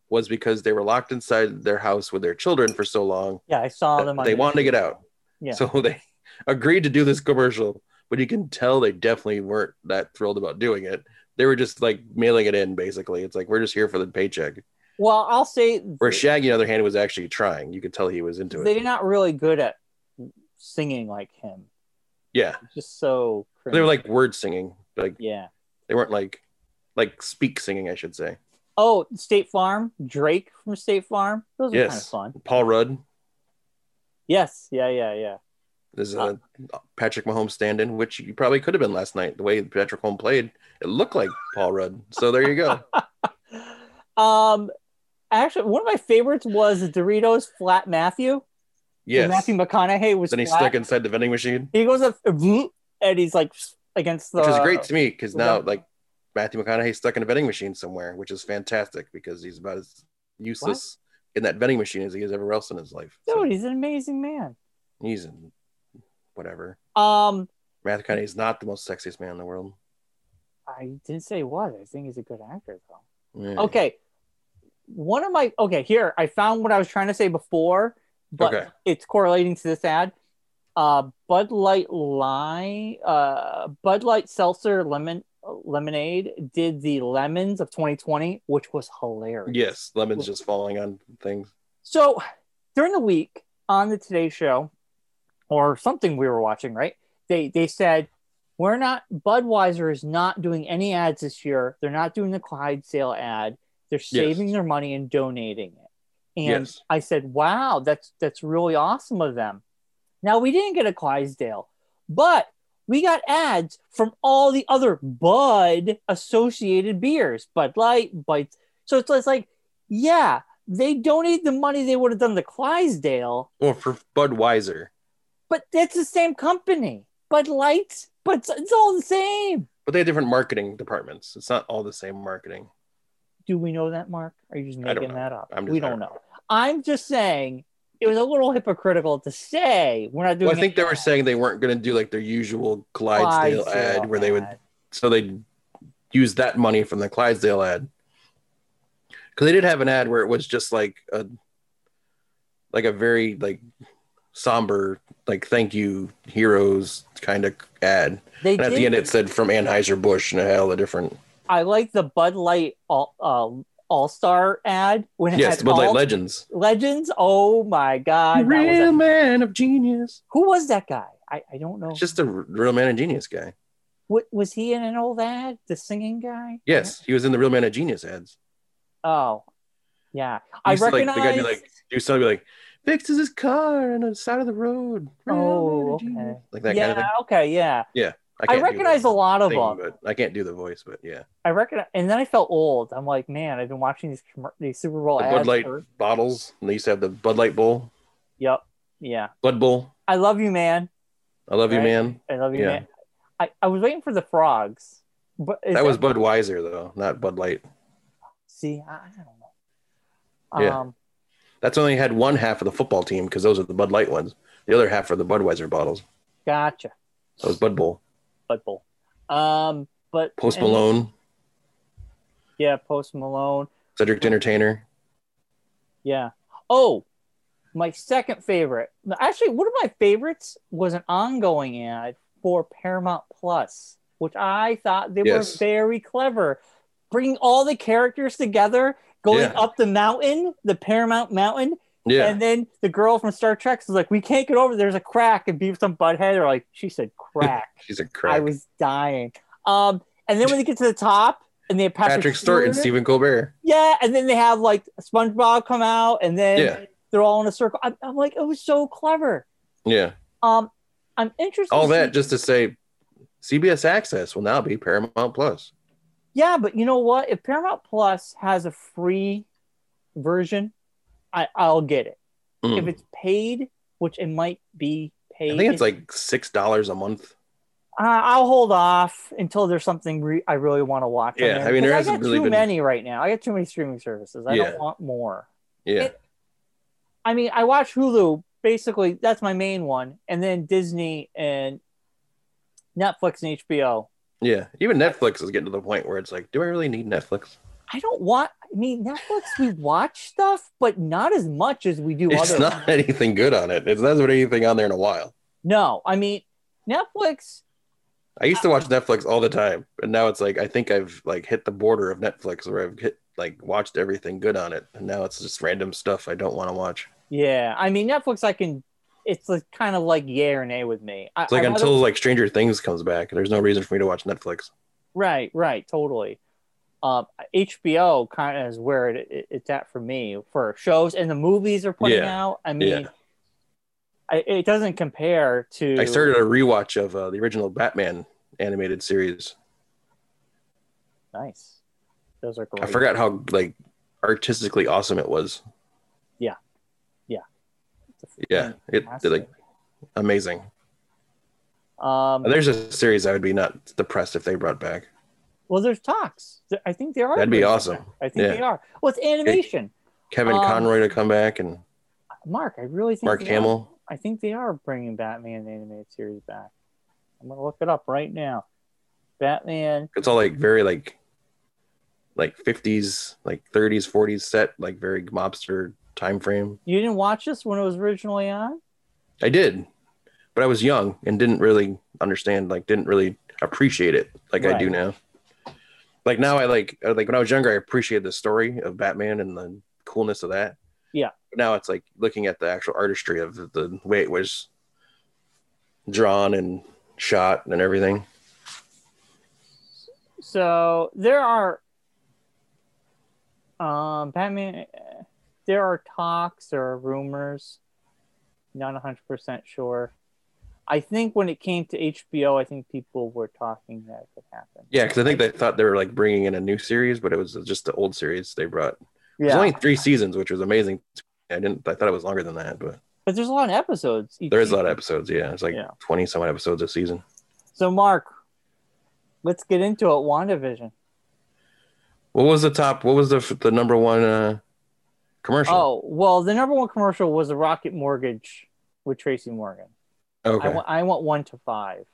A: was because they were locked inside their house with their children for so long
B: Yeah, I saw
A: that
B: them. On
A: they
B: YouTube.
A: wanted to get out.
B: Yeah.
A: So they agreed to do this commercial, but you can tell they definitely weren't that thrilled about doing it. They were just like mailing it in, basically. It's like we're just here for the paycheck.
B: Well, I'll say
A: Where Shaggy, on the other hand, was actually trying. You could tell he was into it.
B: they're not really good at singing like him.
A: Yeah.
B: It's Just so cringe.
A: They were like word singing. Like
B: yeah.
A: they weren't like like speak singing, I should say.
B: Oh, State Farm, Drake from State Farm. Those are
A: Yes.
B: kind of fun.
A: Paul Rudd
B: Yes. Yeah. Yeah. Yeah.
A: is a Patrick Mahomes stand in, which you probably could have been last night. The way Patrick Mahomes played, it looked like Paul Rudd. So there you go.
B: Um, actually, one of my favorites was the Doritos Flat Matthew.
A: Yes.
B: Matthew McConaughey was.
A: then he
B: flat.
A: stuck inside the vending machine.
B: He goes up and he's like against the.
A: which is great to me because
B: the
A: now
B: one-
A: like Matthew McConaughey's stuck in a vending machine somewhere, which is fantastic because he's about as useless in that vending machine as he is everywhere else in his life. So
B: Dude, he's an amazing man.
A: he's in whatever.
B: Um,
A: Matthew McConaughey is not the most sexiest man in the world.
B: I didn't say what. I think he's a good actor though.
A: Yeah.
B: Okay. One of my okay here I found what I was trying to say before, but
A: Okay.
B: it's correlating to this ad. Uh, Bud Light Lime, uh, Bud Light Seltzer Lemon Lemonade did the Lemons of 2020, which was hilarious.
A: Yes, lemons just falling on things.
B: So during the week on the Today Show or something we were watching, right? They they said we're not Budweiser is not doing any ads this year. They're not doing the Clyde sale ad. They're saving their money and donating it. And
A: Yes.
B: I said, "Wow, that's that's really awesome of them." Now we didn't get a Clydesdale, but we got ads from all the other Bud associated beers, Bud Light, Bud. So it's, it's like, yeah, they donated the money they would have done the Clydesdale,
A: Well, for Budweiser,
B: but that's the same company. Bud Light, but it's, it's all the same.
A: but they have different marketing departments. It's not all the same marketing.
B: Do we know that, Mark? Are you just
A: I don't
B: making
A: know.
B: that up?
A: I'm just,
B: we don't know. I'm just saying it was a little hypocritical to say we're not doing.
A: Well, I think they were
B: any
A: saying they weren't going to do like their usual Clydesdale,
B: Clydesdale
A: ad where they would,
B: ad.
A: so they use that money from the Clydesdale ad. Because they did have an ad where it was just like a, like a very like somber like thank you heroes kind of ad.
B: They
A: And at the
B: did-
A: end it said from Anheuser Busch and a hell of different.
B: I like the Bud Light All uh, All Star ad when it
A: Yes,
B: had
A: the Bud Light
B: all-
A: Legends.
B: Legends. Oh my God, that was a-
A: Real man of genius.
B: who was that guy? I, I don't know.
A: It's just a r- real man of genius guy.
B: What, was he in an old ad? The singing guy?
A: Yes, he was in the real man of genius ads.
B: Oh, yeah. I
A: used to, like, the
B: recognize.
A: guy be like- He was still like fixes his car on the side of the road. Real man
B: Oh,
A: of
B: okay.
A: genius. like that
B: yeah.
A: kind of thing.
B: Okay. Yeah. I,
A: can't do
B: recognize
A: the
B: a lot of
A: thing,
B: them.
A: but I can't do the voice. But yeah,
B: I recognize, and then I felt old. I'm like, man, I've been watching these commer- these Super Bowl
A: The Bud
B: ads.
A: Light-
B: for-
A: bottles. And they used to have the Bud Light Bowl,
B: yep. Yeah.
A: Bud Bowl.
B: I love you, man.
A: I love you,
B: Right.
A: man.
B: I love you,
A: Yeah.
B: man. I, I was waiting for the frogs, but is
A: that was Budweiser though, not Bud Light.
B: see, I, I don't know.
A: Yeah.
B: Um,
A: That's only had one half of the football team because those are the Bud Light ones. The other half are the Budweiser bottles.
B: gotcha.
A: That was Bud Bowl.
B: Bud Bowl. Um, but
A: Post
B: and-
A: Malone,
B: yeah, Post Malone.
A: Cedric the Entertainer.
B: Yeah. Oh, my second favorite. Actually, one of my favorites was an ongoing ad for Paramount Plus, which I thought they
A: Yes.
B: were very clever, bringing all the characters together, going
A: Yeah.
B: up the mountain, the Paramount Mountain,
A: Yeah,
B: and then the girl from Star Trek is like, "We can't get over. There's a crack," and Beavis and Butthead are like, "She said crack."
A: she's a
B: I
A: crack.
B: was dying. Um, and then when they get to the top, and they have Patrick,
A: Patrick Stewart and
B: Stewart.
A: Stephen Colbert.
B: Yeah, and then they have like SpongeBob come out, and then
A: Yeah.
B: they're all in a circle. I'm, I'm like, it was so clever.
A: Yeah.
B: Um, I'm interested.
A: All
B: to
A: that
B: see-
A: just to say CBS Access will now be Paramount Plus.
B: yeah, but you know what? If Paramount Plus has a free version, I I'll get it.
A: Mm.
B: If it's paid, which it might be paid,
A: I think it's like six dollars a month.
B: uh, I'll hold off until there's something re- I really want to watch. on
A: Yeah,
B: there.
A: I mean, there
B: 'Cause
A: hasn't
B: got
A: really
B: too
A: been-
B: many right now. I got too many streaming services. I
A: Yeah.
B: don't want more.
A: Yeah.
B: It- I mean, I watch Hulu. Basically, that's my main one, and then Disney and Netflix and HBO.
A: yeah. Even Netflix is getting to the point where it's like, do I really need Netflix?
B: I don't want. I mean, Netflix we watch stuff, but not as much as we do
A: It's
B: other.
A: not anything good on it. It's not been anything on there in a while.
B: No, I mean Netflix.
A: I used to watch Netflix all the time, and now it's like I think I've like hit the border of Netflix where I've hit like watched everything good on it, and now it's just random stuff I don't want to watch.
B: Yeah, I mean Netflix. I can. It's like, kind of like yay or nay with me. I,
A: It's like
B: I rather-
A: until like Stranger Things comes back, there's no reason for me to watch Netflix.
B: right, right, totally. Um, HBO kind of is where it, it, it's at for me for shows and the movies are putting
A: Yeah,
B: out. I
A: yeah.
B: mean, I, it doesn't compare to.
A: I started a rewatch of uh, the original Batman animated series.
B: Nice. Those are great.
A: I forgot how like artistically awesome it was.
B: Yeah. Yeah. Mm,
A: Yeah. It
B: Fantastic.
A: like amazing.
B: Um,
A: There's a series I would be not depressed if they brought back.
B: well, there's talks. Th- I think there are.
A: That'd be
B: movies.
A: awesome.
B: I think
A: Yeah.
B: they are. Well, it's animation.
A: Kevin
B: Um,
A: Conroy to come back and
B: Mark, I really think
A: Mark
B: they are.
A: Hamill.
B: I think they are bringing Batman the animated series back. I'm gonna look it up right now. Batman.
A: It's all like very like like 50s, like 30s, 40s set, like very mobster time frame.
B: You didn't watch this when it was originally on?
A: I did, but I was young and didn't really understand, like didn't really appreciate it like I do
B: Right.
A: now. Like now, I like uh, like when I was younger, I appreciated the story of Batman and the coolness of that.
B: Yeah.
A: But now it's like looking at the actual artistry of the, the way it was drawn and shot and everything.
B: So there are um Batman uh, there are talks or rumors not 100% sure. I think when it came to HBO, I think people were talking that it could happen.
A: Yeah, because I think they thought they were like bringing in a new series, but it was just the old series they brought. There's
B: Yeah.
A: only three seasons, which was amazing. I didn't. I thought it was longer than that, but
B: but there's a lot of episodes. each
A: there is a lot
B: season.
A: of episodes. Yeah, it's like
B: Yeah.
A: twenty some odd episodes a season.
B: So, Mark, let's get into it. WandaVision.
A: What was the top? What was the the number one uh, commercial?
B: Oh, well, the number one commercial was a Rocket Mortgage with Tracy Morgan.
A: okay.
B: I, wa- I went one to five.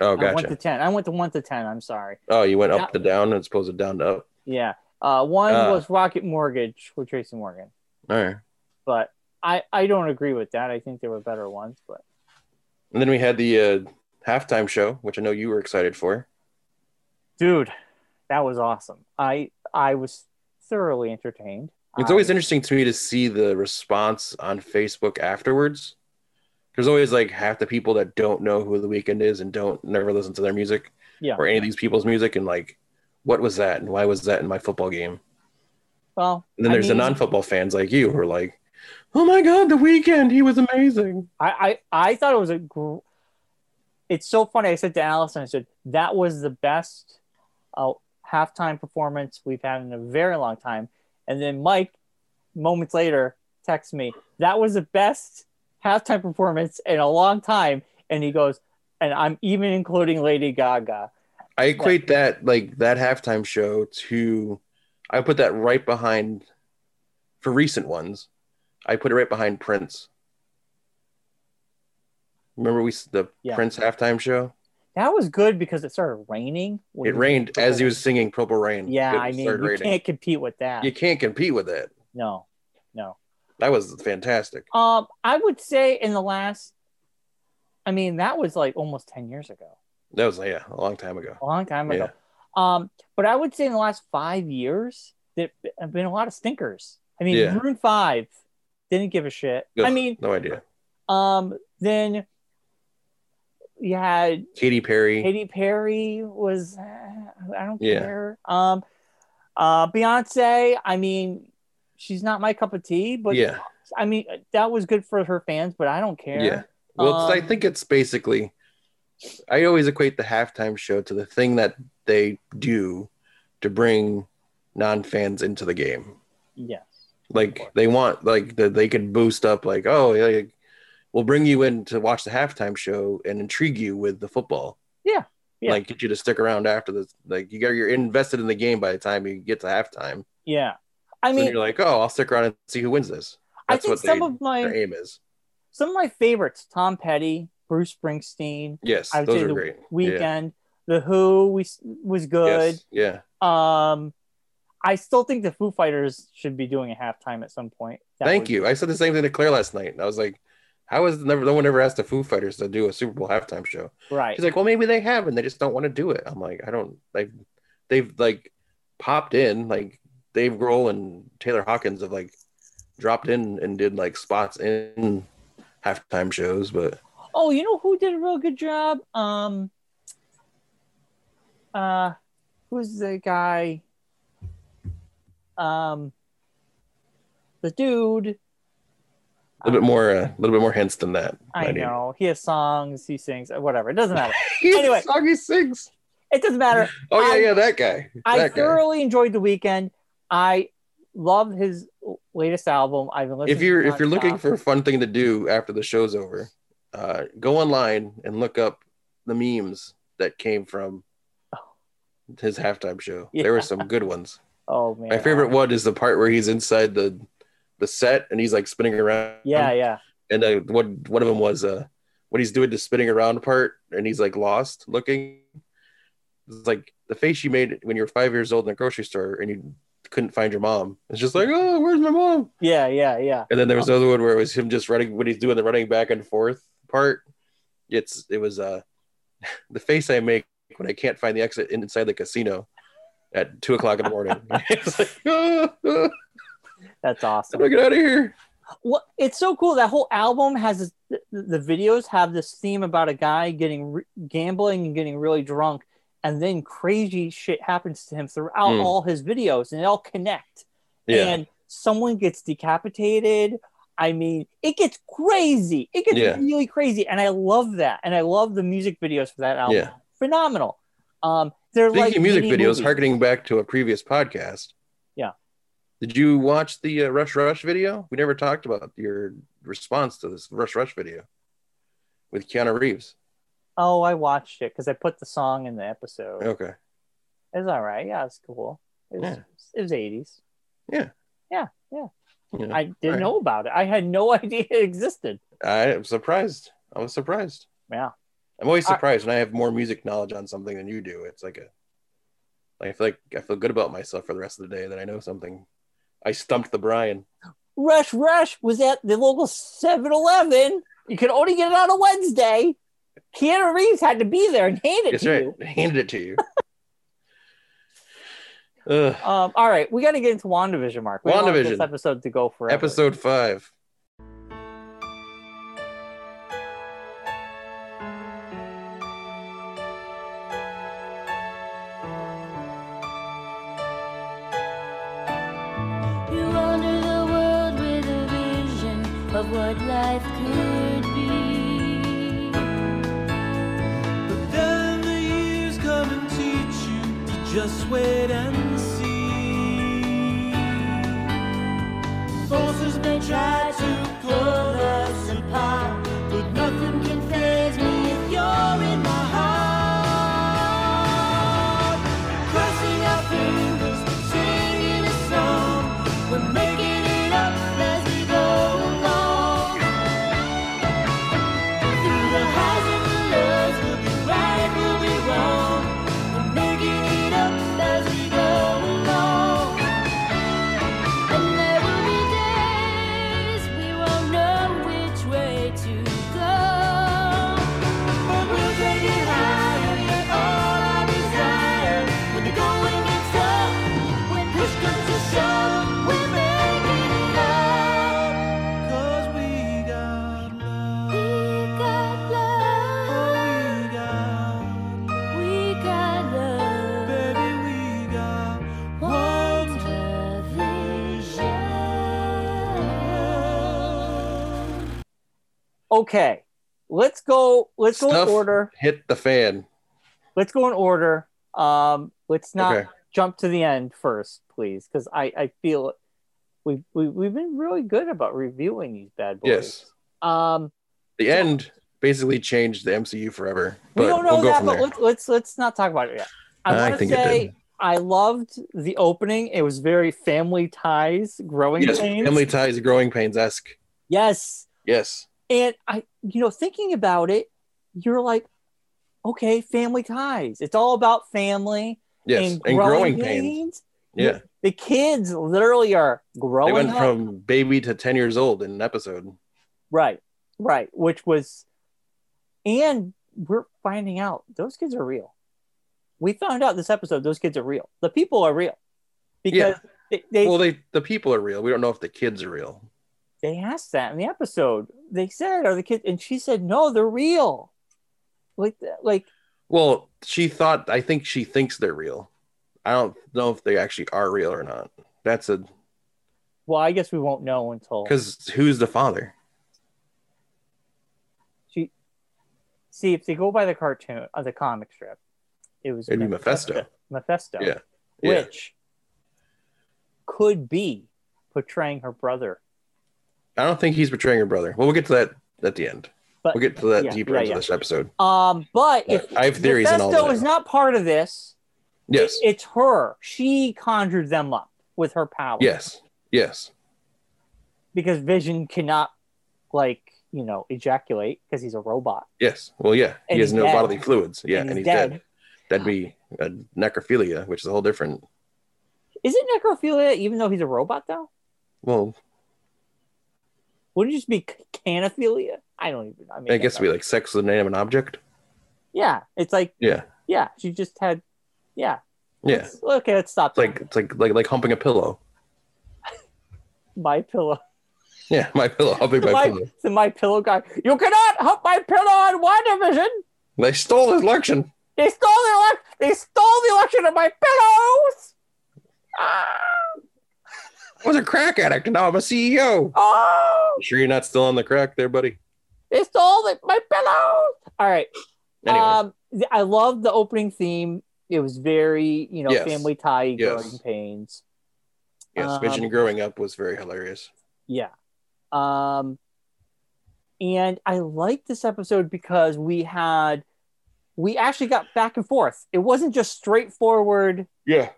A: oh,
B: I went
A: gotcha.
B: to 10. I went to one to 10. I'm sorry.
A: oh, you went up
B: that-
A: to down, as opposed to down to up.
B: Yeah. Uh, one
A: Ah.
B: was Rocket Mortgage with Tracy Morgan,
A: All right.
B: but I, I don't agree with that. I think there were better ones, but
A: And then we had the uh, halftime show, which I know you were excited for.
B: dude, that was awesome. I I was thoroughly entertained.
A: It's always
B: I-
A: interesting to me to see the response on Facebook afterwards. There's always like half the people that don't know who the weekend is and don't never listen to their music
B: Yeah.
A: or any of these people's music and like what was that and why was that in my football game?
B: Well,
A: And then
B: I
A: there's
B: mean,
A: the non-football fans like you who are like, "Oh my god, the weekend, he was amazing."
B: I, I I thought it was a. Gr- it's so funny. I said to Allison, I said that was the best uh, halftime performance we've had in a very long time. And then Mike, moments later, texts me that was the best halftime performance in a long time. And he goes, and I'm even including Lady Gaga.
A: I equate that like that halftime show to I put that right behind for recent ones. I put it right behind Prince. Remember we s- the
B: Yeah.
A: Prince halftime show?
B: That was good because it started raining. when
A: It
B: he-
A: rained as he was singing Purple Rain.
B: Yeah,
A: It
B: I mean, you
A: started raining.
B: can't compete with that.
A: you can't compete with that.
B: No.
A: That was fantastic.
B: Um, I would say in the last, I mean, that was like almost 10 years ago,
A: That was yeah, a long time ago.
B: a long time
A: Yeah.
B: ago. Um, but I would say in the last five years, there have been a lot of stinkers. I mean,
A: Yeah.
B: Maroon 5 didn't give a shit. I
A: Ugh,
B: mean,
A: no idea.
B: um, then you had
A: Katy Perry.
B: Katy Perry was, uh, I don't
A: Yeah.
B: care. Um, uh, Beyonce, I mean, she's not my cup of tea, but
A: yeah.
B: I mean, that was good for her fans, but I don't care.
A: Yeah. Well, it's- I
B: Um,
A: think it's basically, I always equate the halftime show to the thing that they do to bring non fans into the game.
B: Yes.
A: Like they want, like that they could boost up, like, oh, yeah, yeah, we'll bring you in to watch the halftime show and intrigue you with the football.
B: Yeah. Yeah.
A: Like get you to stick around after this. Like you got, you're invested in the game by the time you get to halftime.
B: Yeah. I
A: I
B: mean,
A: you're like, oh, I'll stick around and see who wins this.
B: I
A: That's
B: think
A: what
B: some
A: they,
B: of my
A: their aim is.
B: some of my favorites: Tom Petty, Bruce Springsteen,
A: Yes,
B: I would
A: those
B: say
A: are
B: the
A: great. Yeah.
B: Weekend, The Who we, was good.
A: Yes. Yeah.
B: Um, I still think the Foo Fighters should be doing a halftime at some point. That
A: Thank
B: would-
A: you. I said the same thing to Claire last night, and I was like, "How is never? No one ever asked the Foo Fighters to do a Super Bowl halftime show."
B: Right.
A: She's like, "Well, maybe they have, and they just don't want to do it." I'm like, "I don't. Like, they've like popped in, like Dave Grohl and Taylor Hawkins have like dropped in and did like spots in halftime shows, but
B: Oh, you know who did a real good job? Um, uh, who's the guy? Um, the dude.
A: a little bit more, a little bit more hints than that."
B: I
A: need.
B: know he has songs, he sings, whatever. It doesn't matter.
A: He's
B: Anyway.
A: anyway, song he sings.
B: it doesn't matter.
A: Oh yeah,
B: I-
A: yeah, that guy.
B: I
A: That guy.
B: thoroughly enjoyed the weekend. I love his latest album. I've been listening.
A: if you're
B: to
A: if you're
B: nonstop.
A: looking for a fun thing to do after the show's over, uh, go online and look up the memes that came from his halftime show. There were some good ones.
B: oh man,
A: My favorite one is the part where he's inside the the set and he's like spinning around.
B: Yeah, yeah.
A: And uh, one one of them was uh, what he's doing the spinning around part, and he's like lost looking. It's like the face you made when you were five years old in a grocery store and you couldn't find your mom. It's just like, oh, where's my mom?
B: Yeah, yeah, yeah.
A: And then there was another one where it was him just running when he's doing the running back and forth part. It's it was uh the face I make when I can't find the exit in- inside the casino. at two o'clock in the morning. it's like, ah, ah,
B: That's
A: how
B: awesome.
A: do I get out of here?
B: What it's so cool that whole album has this, the, the videos have this theme about a guy getting re- gambling and getting really drunk, and then crazy shit happens to him throughout
A: Mm.
B: all his videos, and they all connect.
A: Yeah,
B: And someone gets decapitated. I mean, it gets crazy. It gets
A: Yeah.
B: really crazy, and I love that. And I love the music videos for that album.
A: yeah.
B: Phenomenal. Um, they're
A: Speaking
B: like
A: of music
B: mini
A: videos,
B: movies.
A: harkening back to a previous podcast.
B: Yeah.
A: Did you watch the uh, Rush Rush video? We never talked about your response to this Rush Rush video with Keanu Reeves.
B: Oh, I watched it because I put the song in the episode.
A: Okay.
B: It was all right. Yeah, it's cool. It was, it was 80s.
A: Yeah.
B: Yeah. Yeah.
A: Yeah,
B: I didn't
A: right.
B: know about it. I had no idea it existed.
A: I am surprised. I was surprised.
B: Yeah.
A: I'm always
B: I-
A: surprised when I have more music knowledge on something than you do. It's like a, like I feel like I feel good about myself for the rest of the day that I know something. I stumped the Brian.
B: Rush Rush was at the local 7 Eleven. You could only get it on a Wednesday. Keanu Reeves had to be there and hand it
A: That's
B: to
A: right.
B: you.
A: I handed it to you. Ugh.
B: Um, all right. We got to get into WandaVision, Mark. We don't want this
A: WandaVision.
B: episode to go forever.
A: Episode five.
C: You wander the world with a vision of what life could be.
D: But then the years come and teach you to just wait and see.
C: Forces may try to pull us apart, but nothing can faze me if you're in my heart. Crossing our fingers, singing a song, we're making it up as we go along. Through the highs and the lows, we'll be right, we'll be wrong. We're making it up as we go along. And there will be days we won't know which way to go. But we'll take it higher, get all our desire. When the going gets tough, when push comes to shove, we're making it up.
D: Cause we got love.
C: We got
D: Oh,
C: love,
D: we got love.
C: we got love.
D: Baby, we got
C: WandaVision.
B: Okay. Let's go. Let's go
A: Stuff.
B: in order.
A: Hit the fan.
B: Let's go in order. Um, let's not
A: Okay.
B: jump to the end first, please, because I, I feel we, we we've been really good about reviewing these bad boys.
A: Yes.
B: Um,
A: The end basically changed the MCU forever. But
B: we don't know
A: we'll go
B: that,
A: from
B: but
A: there.
B: let's, let's let's not talk about it yet. I,
A: I
B: want to
A: think it
B: say
A: did.
B: I loved the opening. It was very family ties, growing
A: yes,
B: pains.
A: Family Ties, Growing Pains esque.
B: Yes,
A: Yes.
B: and I, you know, thinking about it, you're like, okay, family ties. It's all about family
A: Yes.
B: and,
A: And, Growing Pains. Yeah.
B: The kids literally are
A: They
B: growing
A: went
B: up.
A: from baby to 10 years old in an episode.
B: Right, right. Which was, and we're finding out those kids are real. We found out this episode those kids are real. The people are real because they, they,
A: Well, they the people are real. We don't know if the kids are real.
B: they asked that in the episode. They said, "Are the kids?" And she said, "No, they're real." Like, like
A: Well, she thought I think she thinks they're real. I don't know if they actually are real or not. That's a
B: well, I guess we won't know until
A: because who's the father?
B: she. See if they go by the cartoon of the comic strip, it was
A: It'd be Mephisto.
B: Mephisto.
A: Yeah. Yeah.
B: which could be portraying her brother.
A: I don't think he's betraying her brother. Well, we'll get to that at the end.
B: But-
A: we'll get to that
B: yeah,
A: deeper
B: yeah,
A: into
B: yeah.
A: this episode.
B: Um, but if
A: I have theories on all
B: Mephisto
A: that.
B: is not part of this,
A: yes.
B: it's her. She conjured them up with her power.
A: yes. Yes.
B: because Vision cannot, like you know, ejaculate because he's a robot.
A: Yes. Well, yeah.
B: And
A: he has
B: he's
A: no
B: dead.
A: bodily fluids. Yeah,
B: And
A: and,
B: he's
A: he's
B: dead.
A: dead. That'd be uh necrophilia, which is a whole different.
B: Is it necrophilia even though he's a robot though?
A: Well,
B: Wouldn't it just be c- canophilia? I don't even. I mean,
A: I guess we like sex with an inanimate object.
B: Yeah, it's like
A: Yeah.
B: yeah, she just had yeah.
A: Yeah.
B: Let's- okay, let's stop.
A: It's like it's like like like humping a pillow.
B: my pillow.
A: Yeah, my pillow, humping my,
B: My,
A: pillow.
B: the my pillow guy. You cannot hump my pillow on WandaVision.
A: They stole his election.
B: They stole the election. They stole the election of my pillows. Ah,
A: I was a crack addict and now I'm a CEO.
B: oh,
A: Sure you're not still on the crack there, buddy?
B: they stole the, my pillows. All right.
A: Anyway.
B: Um, th- I love the opening theme. It was very, you know,
A: Yes.
B: family tie,
A: Yes.
B: growing pains.
A: yes,
B: um,
A: Vision growing up was very hilarious.
B: Yeah. Um, and I like this episode because we had, we actually got back and forth. It wasn't just straightforward
A: Yeah.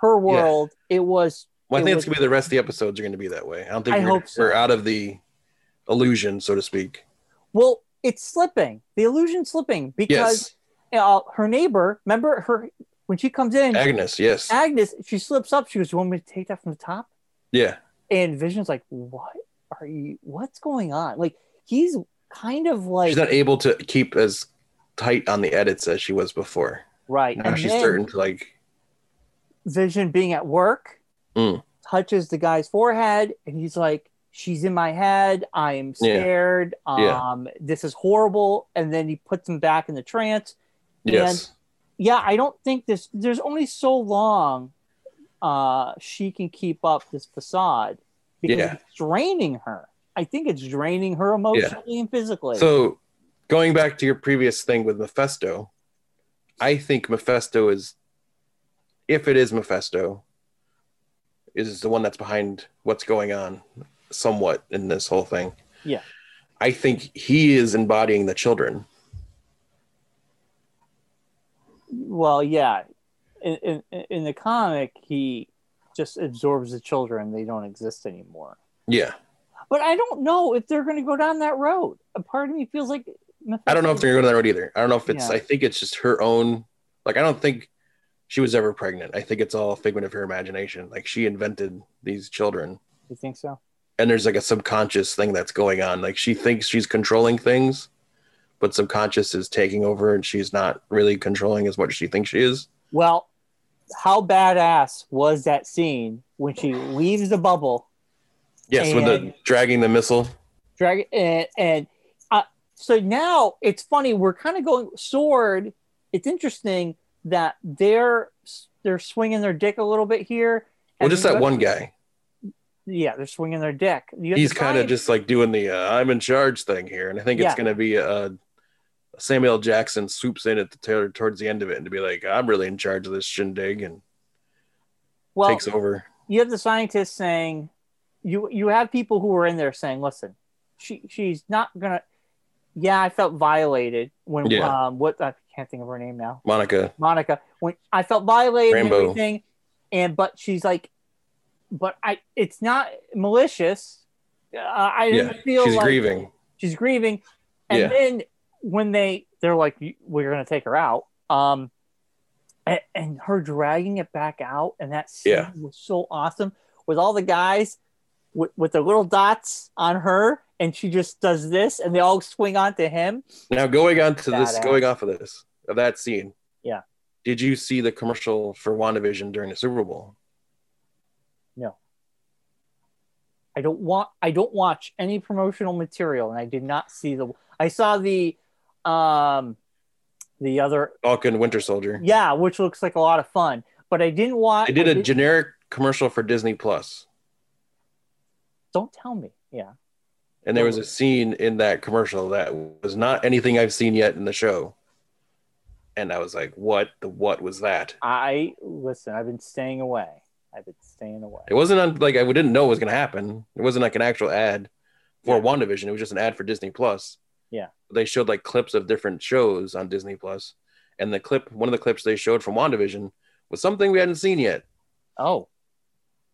B: her world. It was
A: Well, I
B: It
A: think
B: was-
A: it's gonna be the rest of the episodes are gonna be that way. I don't think
B: I
A: we're, gonna-
B: hope so.
A: we're out of the illusion, so to speak.
B: Well, it's slipping. The illusion slipping because
A: Yes.
B: uh, her neighbor, remember her when she comes in,
A: Agnes, yes.
B: Agnes, she slips up. She goes, "You want me to take that from the top?"
A: yeah.
B: And Vision's like, "What are you? What's going on?" Like he's kind of like
A: She's not able to keep as tight on the edits as she was before.
B: right.
A: Now
B: And
A: she's
B: then
A: starting to like
B: Vision being at work
A: Mm.
B: touches the guy's forehead, and he's like, "She's in my head. I'm
A: Yeah.
B: scared.
A: Yeah.
B: Um, this is horrible." And then he puts him back in the trance.
A: Yes.
B: yeah, I don't think this. There's only so long uh, she can keep up this facade because
A: Yeah.
B: it's draining her. I think it's draining her emotionally and physically.
A: So going back to your previous thing with Mephisto, I think Mephisto is if it is Mephisto, is the one that's behind what's going on somewhat in this whole thing.
B: Yeah.
A: I think he is embodying the children.
B: well, yeah, in, in in the comic, he just absorbs the children; they don't exist anymore.
A: Yeah.
B: But I don't know if they're going to go down that road. A part of me feels like
A: I don't know if they're going to that road either. I don't know if it's.
B: Yeah.
A: I think it's just her own. Like I don't think she was ever pregnant. I think it's all a figment of her imagination. Like she invented these children,
B: you think so.
A: and there's like a subconscious thing that's going on. Like she thinks she's controlling things, but subconscious is taking over, and she's not really controlling as much as she thinks she is.
B: Well, how badass was that scene when she leaves the bubble?
A: Yes, with the
B: And-
A: dragging the missile.
B: dragon and, and uh, so now it's funny we're kind of going sword it's interesting that they're they're swinging their dick a little bit here
A: Well,
B: and
A: just that
B: the-
A: one guy.
B: yeah they're swinging their dick You have
A: He's
B: to
A: kind of
B: find-
A: just like doing the uh, "I'm in charge" thing here, and I think
B: Yeah.
A: it's going to be uh, Samuel L. Jackson swoops in at the tail towards the end of it and to be like, "I'm really in charge of this shindig," and
B: well
A: takes over.
B: you have the scientists saying you you have people who are in there saying listen she she's not gonna yeah i felt violated when
A: Yeah.
B: um what i can't think of her name now
A: Monica,
B: Monica when I felt violated
A: Rambo.
B: and everything, and but she's like, but I it's not malicious. Uh, I
A: yeah,
B: didn't feel
A: she's
B: like
A: grieving.
B: she's grieving, and
A: Yeah.
B: then when they they're like "You- we're gonna take her out, um, and, and her dragging it back out, and that scene
A: Yeah.
B: was so awesome with all the guys with with the little dots on her, and she just does this, and they all swing onto him.
A: Now going on to this,
B: Badass.
A: going off of this of that scene.
B: Yeah.
A: Did you see the commercial for WandaVision during the Super Bowl?
B: I don't want I don't watch any promotional material and I did not see the I saw the um the other
A: Falcon Winter Soldier.
B: yeah, which looks like a lot of fun, but I didn't watch
A: They did
B: I
A: a
B: didn't-
A: generic commercial for Disney Plus,
B: don't tell me. Yeah.
A: and there was
B: Oh.
A: a scene in that commercial that was not anything I've seen yet in the show. And I was like, "What the what was that?"
B: I listen, I've been staying away. I've been staying away.
A: It wasn't on like I didn't know it was gonna happen. It wasn't like an actual ad for
B: Yeah.
A: WandaVision. It was just an ad for Disney Plus.
B: Yeah.
A: They showed like clips of different shows on Disney Plus, and the clip one of the clips they showed from WandaVision was something we hadn't seen yet.
B: Oh,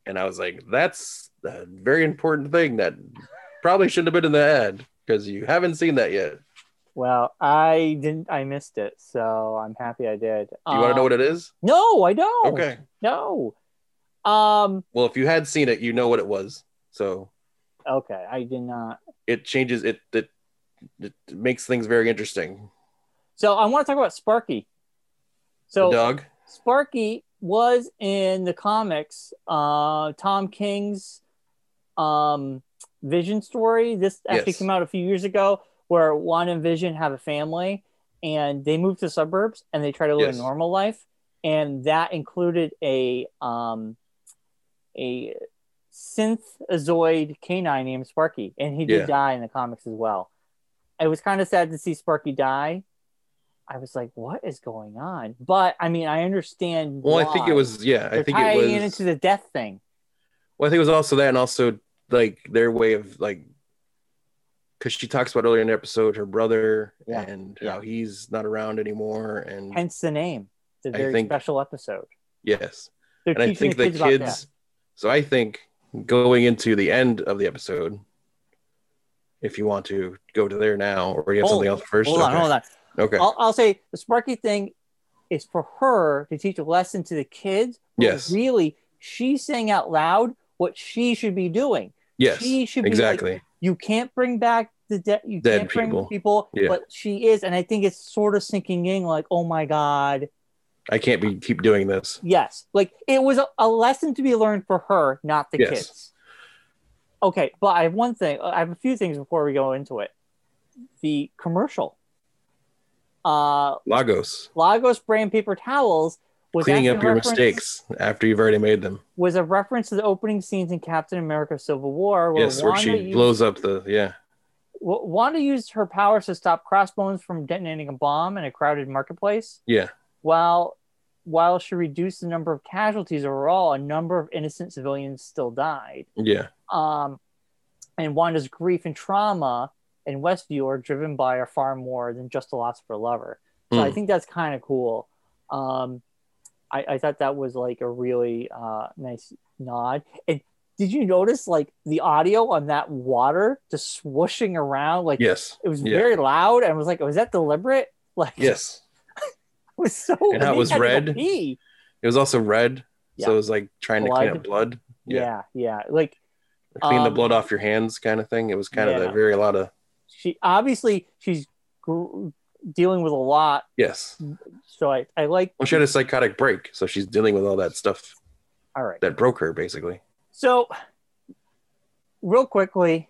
A: And I was like, that's a very important thing that probably shouldn't have been in the ad because you haven't seen that yet. Do
B: well, I didn't I missed it, so I'm happy I did. Um,
A: you want to know what it is?
B: No, I don't.
A: Okay.
B: No. Um
A: Well, if you had seen it, you know what it was. So
B: okay, I did not
A: it changes it it, it makes things very interesting.
B: So I want to talk about Sparky. So
A: the dog.
B: Sparky was in the comics, uh, Tom King's um, Vision story. This actually
A: Yes.
B: came out a few years ago, where Juan and Vision have a family, and they move to suburbs and they try to live
A: Yes.
B: a normal life, and that included a um, a synthezoid canine named Sparky, and he did
A: Yeah.
B: die in the comics as well. It was kind of sad to see Sparky die. I was like, "What is going on?" But I mean, I understand.
A: Well, I think it
B: why.
A: was yeah.
B: They're
A: I think
B: tying
A: it was.
B: it into the death thing.
A: Well, I think it was also that, and also like their way of like, because she talks about earlier in the episode her brother
B: Yeah.
A: and
B: Yeah.
A: how he's not around anymore, and
B: Hence the name. It's
A: I
B: a very
A: think-
B: special episode.
A: yes,
B: They're
A: and I
B: teaching
A: think the
B: the kids, about that.
A: kids. So I think going into the end of the episode, if you want to go to there now, or you have
B: Hold-
A: something else first.
B: Hold on,
A: okay.
B: hold on.
A: Okay.
B: I'll, I'll say the Sparky thing is for her to teach a lesson to the kids. but
A: Yes.
B: Really, she's saying out loud what she should be doing.
A: yes.
B: she should be, like,
A: exactly.
B: You can't bring back the de- you
A: Dead
B: can't bring
A: people.
B: people,
A: Yeah.
B: but she is, and I think it's sort of sinking in. Like, oh my god,
A: I can't be keep doing this.
B: Yes. Like it was a, a lesson to be learned for her, not the
A: Yes.
B: kids. Okay, but I have one thing. I have a few things before we go into it. The commercial. Uh
A: Lagos,
B: Lagos brand paper towels was
A: cleaning
B: actually
A: up your
B: reference-
A: mistakes after you've already made them.
B: was a reference to the opening scenes in Captain America Civil War where
A: yes, where
B: Wanda,
A: she
B: used,
A: blows up the yeah.
B: Wa- Wanda used her powers to stop crossbones from detonating a bomb in a crowded marketplace.
A: Yeah.
B: While while she reduced the number of casualties overall, a number of innocent civilians still died.
A: Yeah.
B: Um, and Wanda's grief and trauma in Westview are driven by her far more than just the loss of her lover. So I
A: Mm.
B: think that's kind of cool. Um, I, I thought that was like a really uh, nice nod. And did you notice like the audio on that water just swooshing around? Like
A: Yes.
B: it was
A: yeah.
B: very loud. And I was like, was that deliberate? Like
A: Yes.
B: it was so.
A: And how it
B: they
A: was
B: had to
A: red.
B: go pee.
A: It was also red, so
B: Yeah.
A: it was like trying to
B: Blood.
A: clean up blood. Yeah.
B: Yeah, yeah. Like
A: Clean the
B: Um,
A: blood off your hands, kind of thing. It was kind of
B: yeah.
A: the very lot of
B: she obviously she's gr- dealing with a lot
A: yes.
B: so I, I like
A: Well, she had a psychotic break, so she's dealing with all that stuff
B: all right
A: that broke her, basically.
B: so real quickly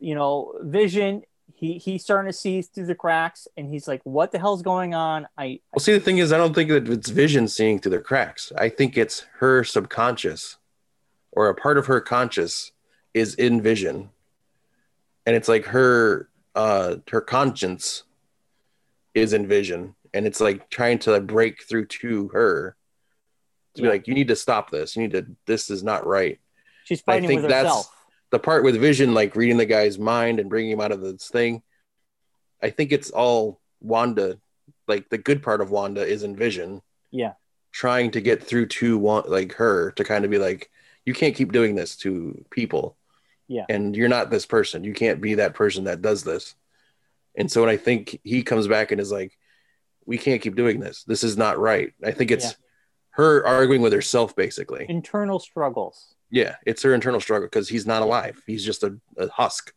B: you know vision he he's starting to see through the cracks and he's like what the hell's going on i
A: Well, see, the thing is, I don't think that it's vision seeing through the cracks. I think it's her subconscious or a part of her conscious is in vision. And it's like her uh her conscience is in vision and it's like trying to break through to her to be
B: Yeah.
A: like you need to stop this. You need to this is not right.
B: she's
A: I
B: fighting
A: think
B: with
A: that's-
B: herself
A: The part with vision like reading the guy's mind and bringing him out of this thing. I think it's all Wanda like the good part of Wanda is in vision
B: yeah
A: trying to get through to one like her to kind of be like you can't keep doing this to people
B: Yeah.
A: and you're not this person you can't be that person that does this and so when i think he comes back and is like we can't keep doing this this is not right i think it's
B: Yeah.
A: her arguing with herself basically
B: internal struggles
A: yeah it's her internal struggle because he's not alive he's just a, a husk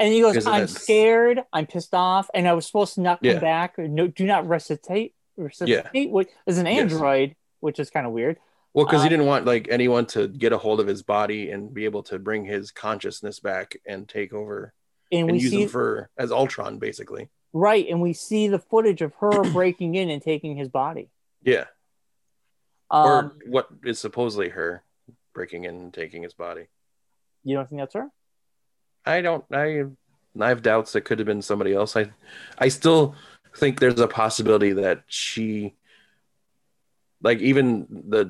B: and he goes
A: Because of
B: i'm
A: that-
B: scared i'm pissed off and i was supposed to not come
A: Yeah.
B: back no do not resuscitate resuscitate which is an
A: Yes.
B: android which is kind of weird
A: well because he
B: Uh,
A: didn't want like anyone to get a hold of his body and be able to bring his consciousness back and take over
B: and,
A: and
B: we
A: use
B: see
A: him for as ultron basically
B: Right, and we see the footage of her breaking in and taking his body.
A: yeah or
B: Um,
A: what is supposedly her breaking in and taking his body.
B: you don't think that's her?
A: I don't. I I have doubts. It could have been somebody else. I I still think there's a possibility that she, like even the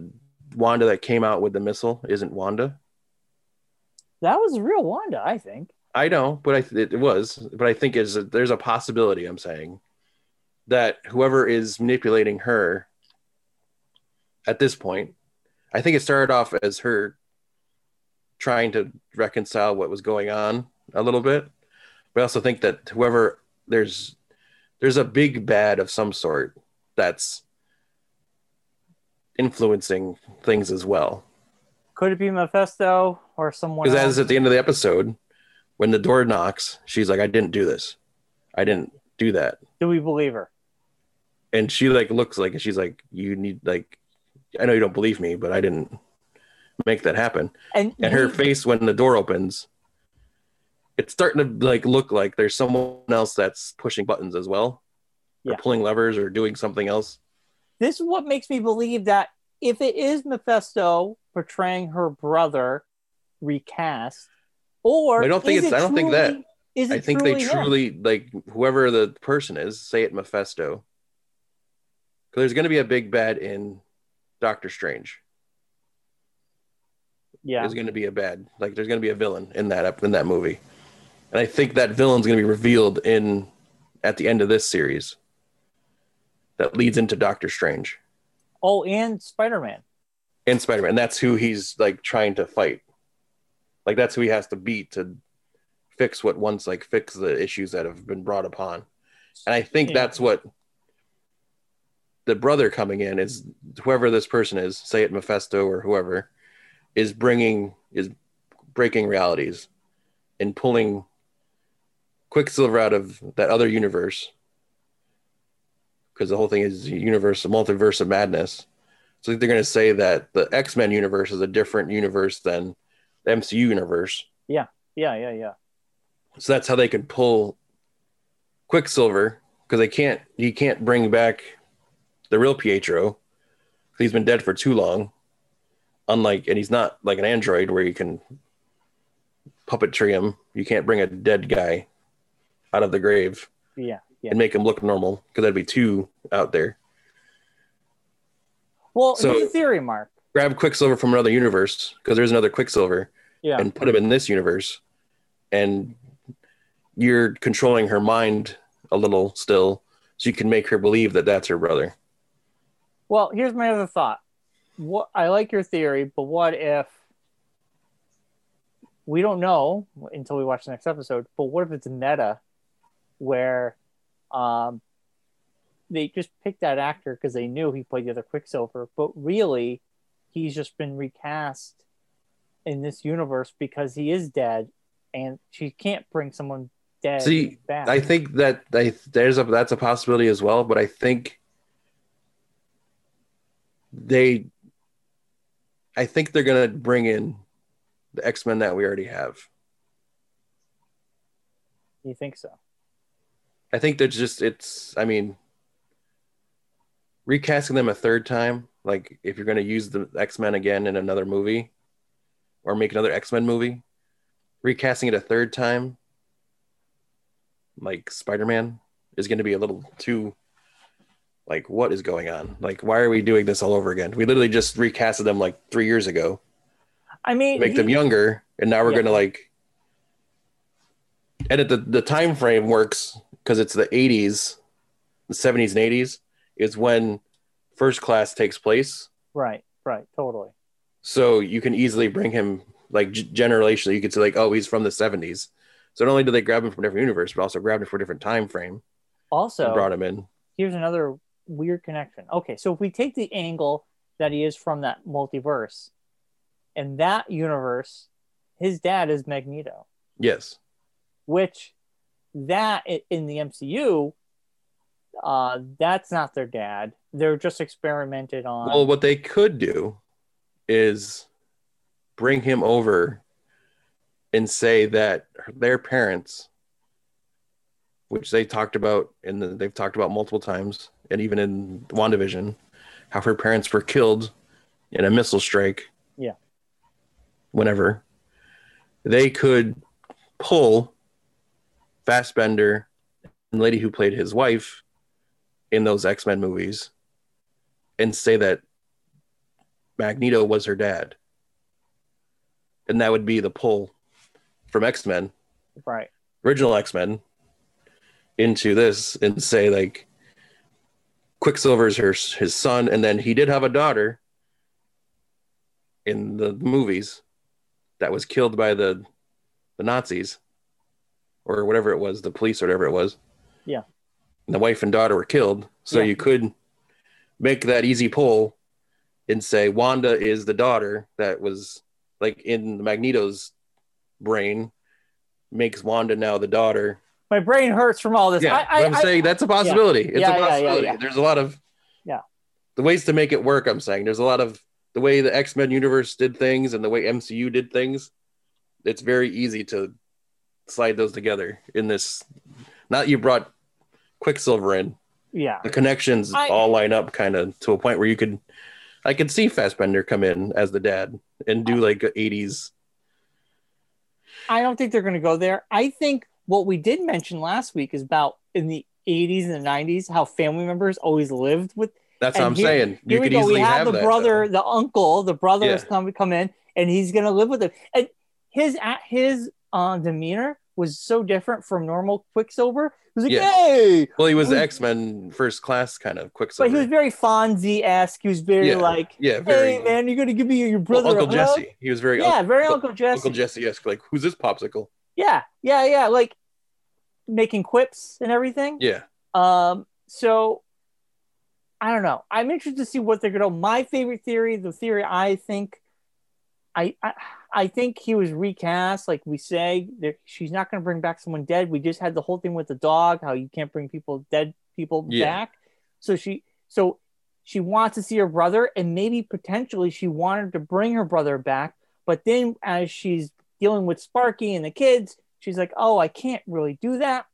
A: Wanda that came out with the missile isn't Wanda.
B: That was the real Wanda, I think.
A: I know, but I it was, but I think is that there's a possibility. I'm saying that whoever is manipulating her at this point, I think it started off as her trying to reconcile what was going on a little bit, but I also think that whoever there's there's a big bad of some sort that's influencing things as well.
B: Could it be Mephisto or someone
A: Because
B: else?
A: as at the end of the episode, when the door knocks, she's like, "I didn't do this. I didn't do that."
B: Do we believe her?
A: and she like looks like she's like, you need like, I know you don't believe me, but I didn't make that happen.
B: And,
A: And her
B: we-
A: face when the door opens, it's starting to like look like there's someone else that's pushing buttons as well,
B: Yeah.
A: or pulling levers or doing something else.
B: this is what makes me believe that if it is Mephisto portraying her brother recast, or
A: I don't think
B: is
A: it's- I
B: it
A: don't think
B: truly-
A: that.
B: Is it
A: I think they
B: him?
A: truly like whoever the person is, say it Mephisto. 'Cause There's going to be a big bad in Doctor Strange.
B: yeah.
A: There's going to be a bad, like there's going to be a villain in that in that movie, and I think that villain's going to be revealed in at the end of this series. That leads into Doctor Strange
B: Oh, and Spider Man.
A: and Spider Man. That's who he's like trying to fight. Like that's who he has to beat to fix what once like fix the issues that have been brought upon. And I think
B: Yeah.
A: that's what the brother coming in is whoever this person is, say it Mephisto or whoever, is bringing is breaking realities and pulling Quicksilver out of that other universe because the whole thing is universe, multiverse of madness. So they're going to say that the X Men universe is a different universe than the MCU universe.
B: Yeah, yeah, yeah.
A: So that's how they could pull Quicksilver because they can't. He can't bring back the real Pietro. He's been dead for too long. Unlike, and he's not like an android where you can puppetry him. You can't bring a dead guy out of the grave
B: Yeah. Yeah.
A: and make him look normal because that'd be too out there.
B: Well,
A: So-
B: here's a theory, Mark.
A: grab Quicksilver from another universe because there's another Quicksilver
B: Yeah.
A: and put him in this universe, and you're controlling her mind a little still, so you can make her believe that that's her brother.
B: Well, here's my other thought. What I like your theory, but what if we don't know until we watch the next episode? But what if it's meta, where um, they just picked that actor because they knew he played the other Quicksilver, but really he's just been recast in this universe because he is dead, and she can't bring someone dead
A: See,
B: back.
A: I think that I, there's a that's a possibility as well, but I think they, I think they're gonna bring in the X Men that we already have.
B: you think so?
A: I think there's just it's I mean recasting them a third time, like if you're gonna use the X-Men again in another movie or make another X-Men movie, recasting it a third time, like Spider-Man, is gonna be a little too like what is going on? Like why are we doing this all over again? We literally just recasted them like three years ago
B: I mean,
A: make them
B: he-
A: younger and now we're
B: Yeah.
A: gonna like edit the, the time frame works because it's the 80s the 70s and 80s is when first class takes place
B: right, right, totally.
A: so you can easily bring him like g- generationally you could say like oh he's from the 70s so not only do they grab him from a different universe but also grabbed him for a different time frame
B: Also,
A: and brought him in
B: here's another weird connection. Okay, so if we take the angle that he is from that multiverse, in that universe, his dad is Magneto,
A: yes
B: which that i- in the MCU, uh, that's not their dad. They're just experimented on.
A: Well, what they could do is bring him over and say that their parents, which they talked about and the, they've talked about multiple times, and even in WandaVision, how her parents were killed in a missile strike.
B: Yeah.
A: Whenever they could pull Fassbender and the lady who played his wife in those X Men movies and say that Magneto was her dad. And that would be the pull from X Men,
B: right.
A: original X Men, into this and say, like, Quicksilver's her, his son. And then he did have a daughter in the movies that was killed by the, the Nazis or whatever it was, the police or whatever it was.
B: Yeah.
A: And the wife and daughter were killed. So
B: Yeah.
A: you could make that easy pull and say Wanda is the daughter that was like in Magneto's brain, makes Wanda now the daughter
B: My brain hurts from all this.
A: yeah,
B: I, I,
A: but I'm
B: I-
A: saying that's a possibility. It's
B: Yeah, yeah,
A: a
B: yeah,
A: possibility.
B: yeah.
A: There's a lot of
B: Yeah.
A: the ways to make it work. I'm saying there's a lot of the way the X Men universe did things and the way MCU did things. It's very easy to slide those together in this. Not you brought Quicksilver in.
B: yeah.
A: The connections
B: I-
A: all line up kind of to a point where you could. I could see Fassbender come in as the dad and do like a 80s.
B: I don't think they're going to go there. I think what we did mention last week is about in the 80s and the 90s how family members always lived with.
A: That's
B: And
A: what I'm
B: here-
A: saying.
B: Here
A: You
B: we
A: could
B: go.
A: easily
B: We have, the
A: that,
B: brother, the uncle, the brother
A: Yeah.
B: is come come in, and he's going to live with it. And his at his uh, demeanor was so different from normal Quicksilver. He was like,
A: Yeah.
B: "Hey,
A: though. Well, he was the
B: We-
A: X Men first class kind of
B: but
A: Quicksilver.
B: he was very Fonzie esque. He was very
A: Yeah.
B: like,
A: yeah, very.
B: "Hey, man, you're gonna give me your
A: Well,
B: brother
A: Uncle
B: a hug?"
A: Jesse. He was very
B: Yeah, very
A: Uncle-
B: Uncle Jesse.
A: Uncle Jesse esque. Like, who's this popsicle?
B: yeah, yeah, yeah. Like making quips and everything.
A: Yeah,
B: Um, so I don't know. I'm interested to see what they're gonna. My favorite theory, the theory I think, I I, I think he was recast. Like we say, there, she's not gonna bring back someone dead. We just had the whole thing with the dog. How you can't bring people dead people
A: Yeah.
B: back. So she so she wants to see her brother, and maybe potentially she wanted to bring her brother back. But then as she's dealing with Sparky and the kids, she's like, "Oh, I can't really do that."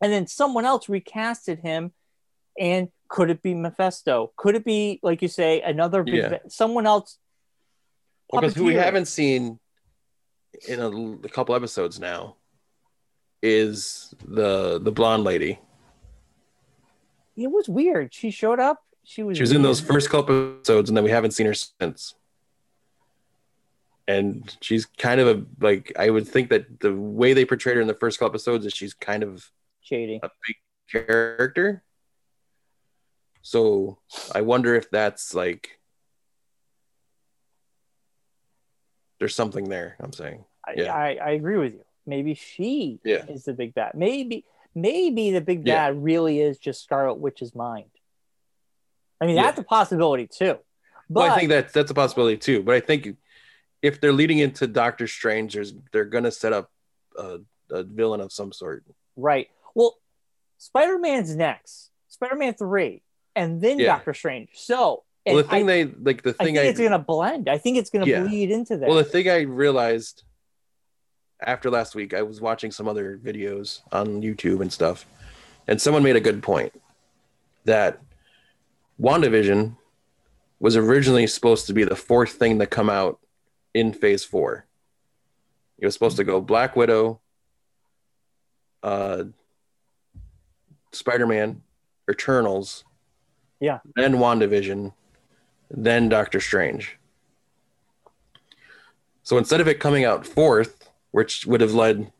B: And then someone else recasted him, and could it be Mephisto? Could it be like you say another big
A: Yeah.
B: someone else?
A: because who we
B: Puppeteer.
A: haven't seen in a, l- a couple episodes now is the the blonde lady.
B: It was weird. She showed up. She was.
A: She was in
B: weird.
A: those first couple episodes, and then we haven't seen her since. And she's kind of a like I would think that the way they portrayed her in the first couple episodes is she's kind of
B: shady.
A: a big character. So I wonder if that's like there's something there. I'm saying yeah.
B: I, I I agree with you. Maybe she
A: Yeah.
B: is the big bad. Maybe maybe the big
A: Yeah.
B: bad really is just Scarlet Witch's mind. I mean,
A: Yeah.
B: that's a possibility too. But
A: well, I think that that's a possibility too. But I think if they're leading into Doctor Strange, there's they're gonna set up a, a villain of some sort.
B: Right. Well, Spider Man's next, Spider Man 3, and then
A: Yeah.
B: Doctor Strange. So,
A: Well, the
B: and
A: thing they like the
B: I, I
A: thing
B: think
A: I,
B: it's going to blend. I think it's going to
A: Yeah.
B: bleed into that.
A: well the thing I realized after last week, I was watching some other videos on YouTube and stuff, and someone made a good point that WandaVision was originally supposed to be the fourth thing to come out in phase four. It was supposed to go Black Widow, uh, Spider Man, Eternals.
B: Yeah.
A: Then WandaVision, then Doctor Strange. So instead of it coming out fourth, which would have led,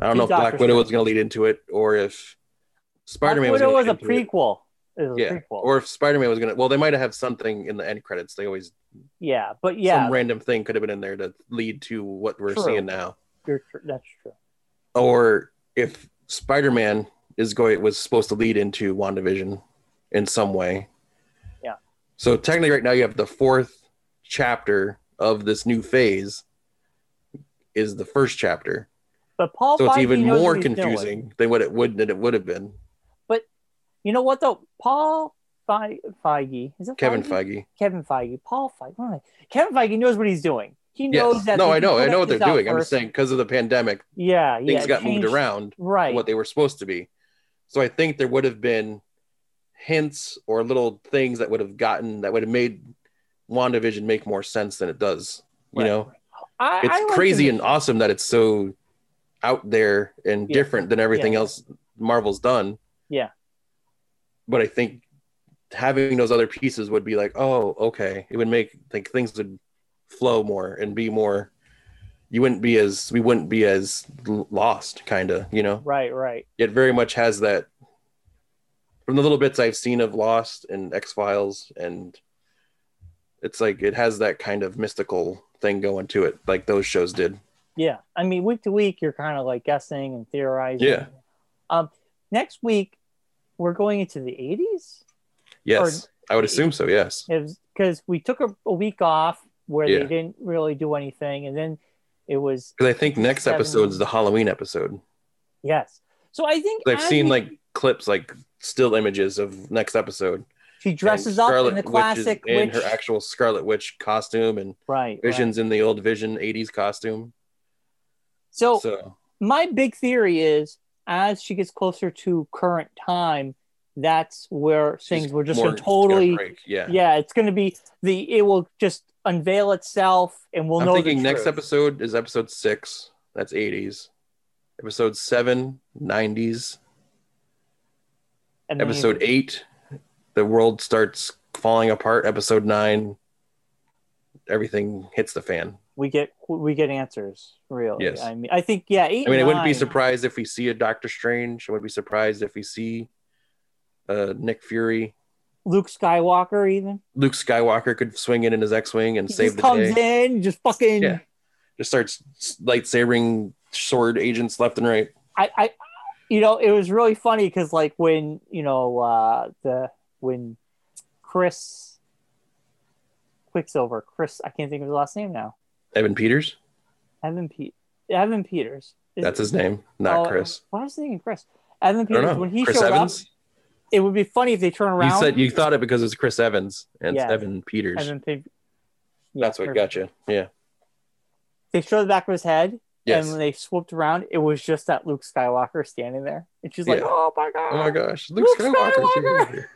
A: I don't know if
B: Doctor
A: Black Widow
B: Strange.
A: was going to lead into it or if Spider Man was
B: Black
A: going to
B: Widow was
A: lead
B: a
A: into it
B: prequel. It was
A: yeah.
B: a prequel.
A: Or if Spider Man was gonna, well, they might have something in the end credits. They always
B: yeah. But yeah,
A: some random thing could have been in there to lead to what we're
B: True.
A: seeing now.
B: you're tr- that's true.
A: Or if Spider Man is going was supposed to lead into WandaVision in some way.
B: Yeah.
A: So technically, right now you have the fourth chapter of this new phase is the first chapter.
B: But Paul
A: so it's
B: Feige
A: even
B: knows
A: more
B: what he's doing.
A: confusing than what it would than it would have been.
B: You know what, though? Paul Fe- Feige. Is it
A: Kevin Feige.
B: Kevin Feige. Paul Feige. what am I- Kevin Feige knows what he's doing. He knows
A: Yes.
B: that.
A: No,
B: they
A: I
B: can
A: know. I
B: put
A: know
B: up
A: what they're
B: this out
A: doing. I'm
B: first.
A: just saying because of the pandemic,
B: Yeah.
A: things
B: yeah,
A: got
B: changed-
A: moved around
B: Right.
A: what they were supposed to be. So I think there would have been hints or little things that would have gotten that would have made WandaVision make more sense than it does. You
B: Right.
A: know,
B: I,
A: it's
B: I like
A: crazy
B: the-
A: and awesome that it's so out there and
B: Yeah.
A: different than everything
B: Yeah.
A: else Marvel's done.
B: Yeah.
A: But I think having those other pieces would be like, oh, okay. It would make like things would flow more and be more you wouldn't be as we wouldn't be as l- lost kind of, you know
B: Right, right.
A: it very much has that from the little bits I've seen of Lost and X Files, and it's like it has that kind of mystical thing going to it, like those shows did.
B: Mm-hmm. Yeah. I mean, week to week, you're kind of like guessing and theorizing.
A: Yeah.
B: Um, next week, we're going into the 80s
A: Yes, I would assume so. Yes,
B: because we took a, a week off where
A: Yeah.
B: they didn't really do anything. And then it was,
A: because I think next
B: Seven.
A: episode is the Halloween episode.
B: yes. So I think
A: I've
B: as
A: seen
B: we-
A: like clips, like still images of next episode.
B: she dresses up in the classic
A: Witch is in
B: witch,
A: her actual Scarlet Witch costume, and
B: right, right.
A: Vision's in the old Vision '80s costume.
B: So,
A: so
B: my big theory is as she gets closer to current time, that's where things
A: she's
B: were just
A: more-
B: going to
A: it's
B: totally
A: break. Yeah,
B: yeah it's going to be the it will just unveil itself and we'll
A: I'm
B: know the
A: thinking next
B: truth.
A: episode is episode six. That's '80s. Episode seven, '90s.
B: And then you-
A: Episode eight, the world starts falling apart. Episode nine, everything hits the fan.
B: we get we get answers really
A: Yes.
B: i mean i think yeah eight
A: I mean, I wouldn't be
B: nine.
A: surprised if we see a Doctor Strange. I wouldn't be surprised if we see uh, Nick Fury.
B: luke skywalker even
A: Luke Skywalker could swing in in his X-wing and
B: he
A: save
B: just
A: the
B: comes
A: day.
B: in just fucking
A: Yeah. Just starts lightsabering sword agents left and right.
B: I, I, you know, it was really funny because like when you know uh, the when Chris Quicksilver, Chris, I can't think of his last name now.
A: Evan Peters,
B: Evan Pete, Evan Peters. Is-
A: that's his name, not
B: oh,
A: Chris.
B: Why was I thinking Chris? Evan
A: I don't
B: Peters.
A: know.
B: When he
A: Chris
B: showed
A: Evans.
B: up, it would be funny if they turn around.
A: You said you thought it because it's Chris Evans and
B: Yeah.
A: it's Evan Peters.
B: Evan Pe-
A: that's what gotcha. Yeah.
B: They showed the back of his head,
A: Yes.
B: and when they swooped around, it was just that Luke Skywalker standing there, and she's like,
A: Yeah.
B: "Oh my god!"
A: oh my gosh, Luke,
B: Luke
A: Skywalker's
B: Skywalker!
A: here.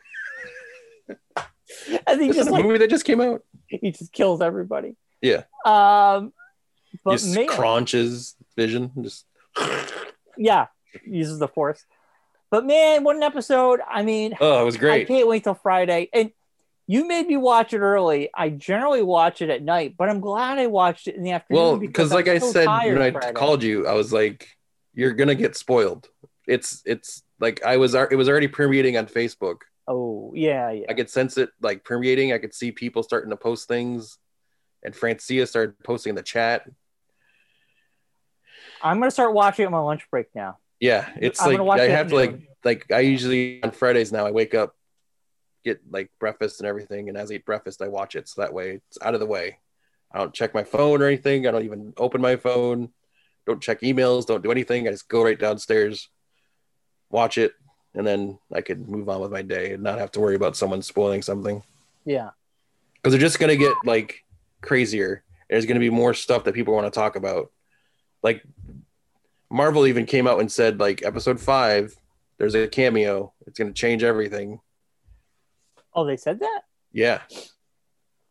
B: And he
A: Isn't
B: just
A: that a
B: like
A: movie that just came out?
B: he just kills everybody.
A: Yeah.
B: Um, but
A: just
B: man,
A: crunches Vision. Just
B: yeah, uses the force. But man, what an episode! I mean,
A: oh, it was
B: I
A: great.
B: can't wait till Friday. And you made me watch it early. I generally watch it at night, but I'm glad I watched it in the afternoon.
A: Well, because
B: I'm
A: like I
B: so
A: said
B: tired
A: when I
B: Friday.
A: called you, I was like, "You're gonna get spoiled." It's it's like I was it was already permeating on Facebook.
B: Oh yeah, yeah.
A: I could sense it like permeating. I could see people starting to post things, and Francia started posting in the chat.
B: I'm gonna start watching it on my lunch break now.
A: Yeah, it's
B: I'm gonna watch
A: like I
B: it
A: have to like
B: noon.
A: like I usually on Fridays now I wake up, get like breakfast and everything, and as I eat breakfast I watch it so that way it's out of the way. I don't check my phone or anything. I don't even open my phone. Don't check emails. Don't do anything. I just go right downstairs, watch it, and then I could move on with my day and not have to worry about someone spoiling something
B: Yeah,
A: because they're just gonna get like crazier. There's gonna be more stuff that people want to talk about. Like Marvel even came out and said like episode five, there's a cameo. It's gonna change everything.
B: Oh, they said that.
A: Yeah.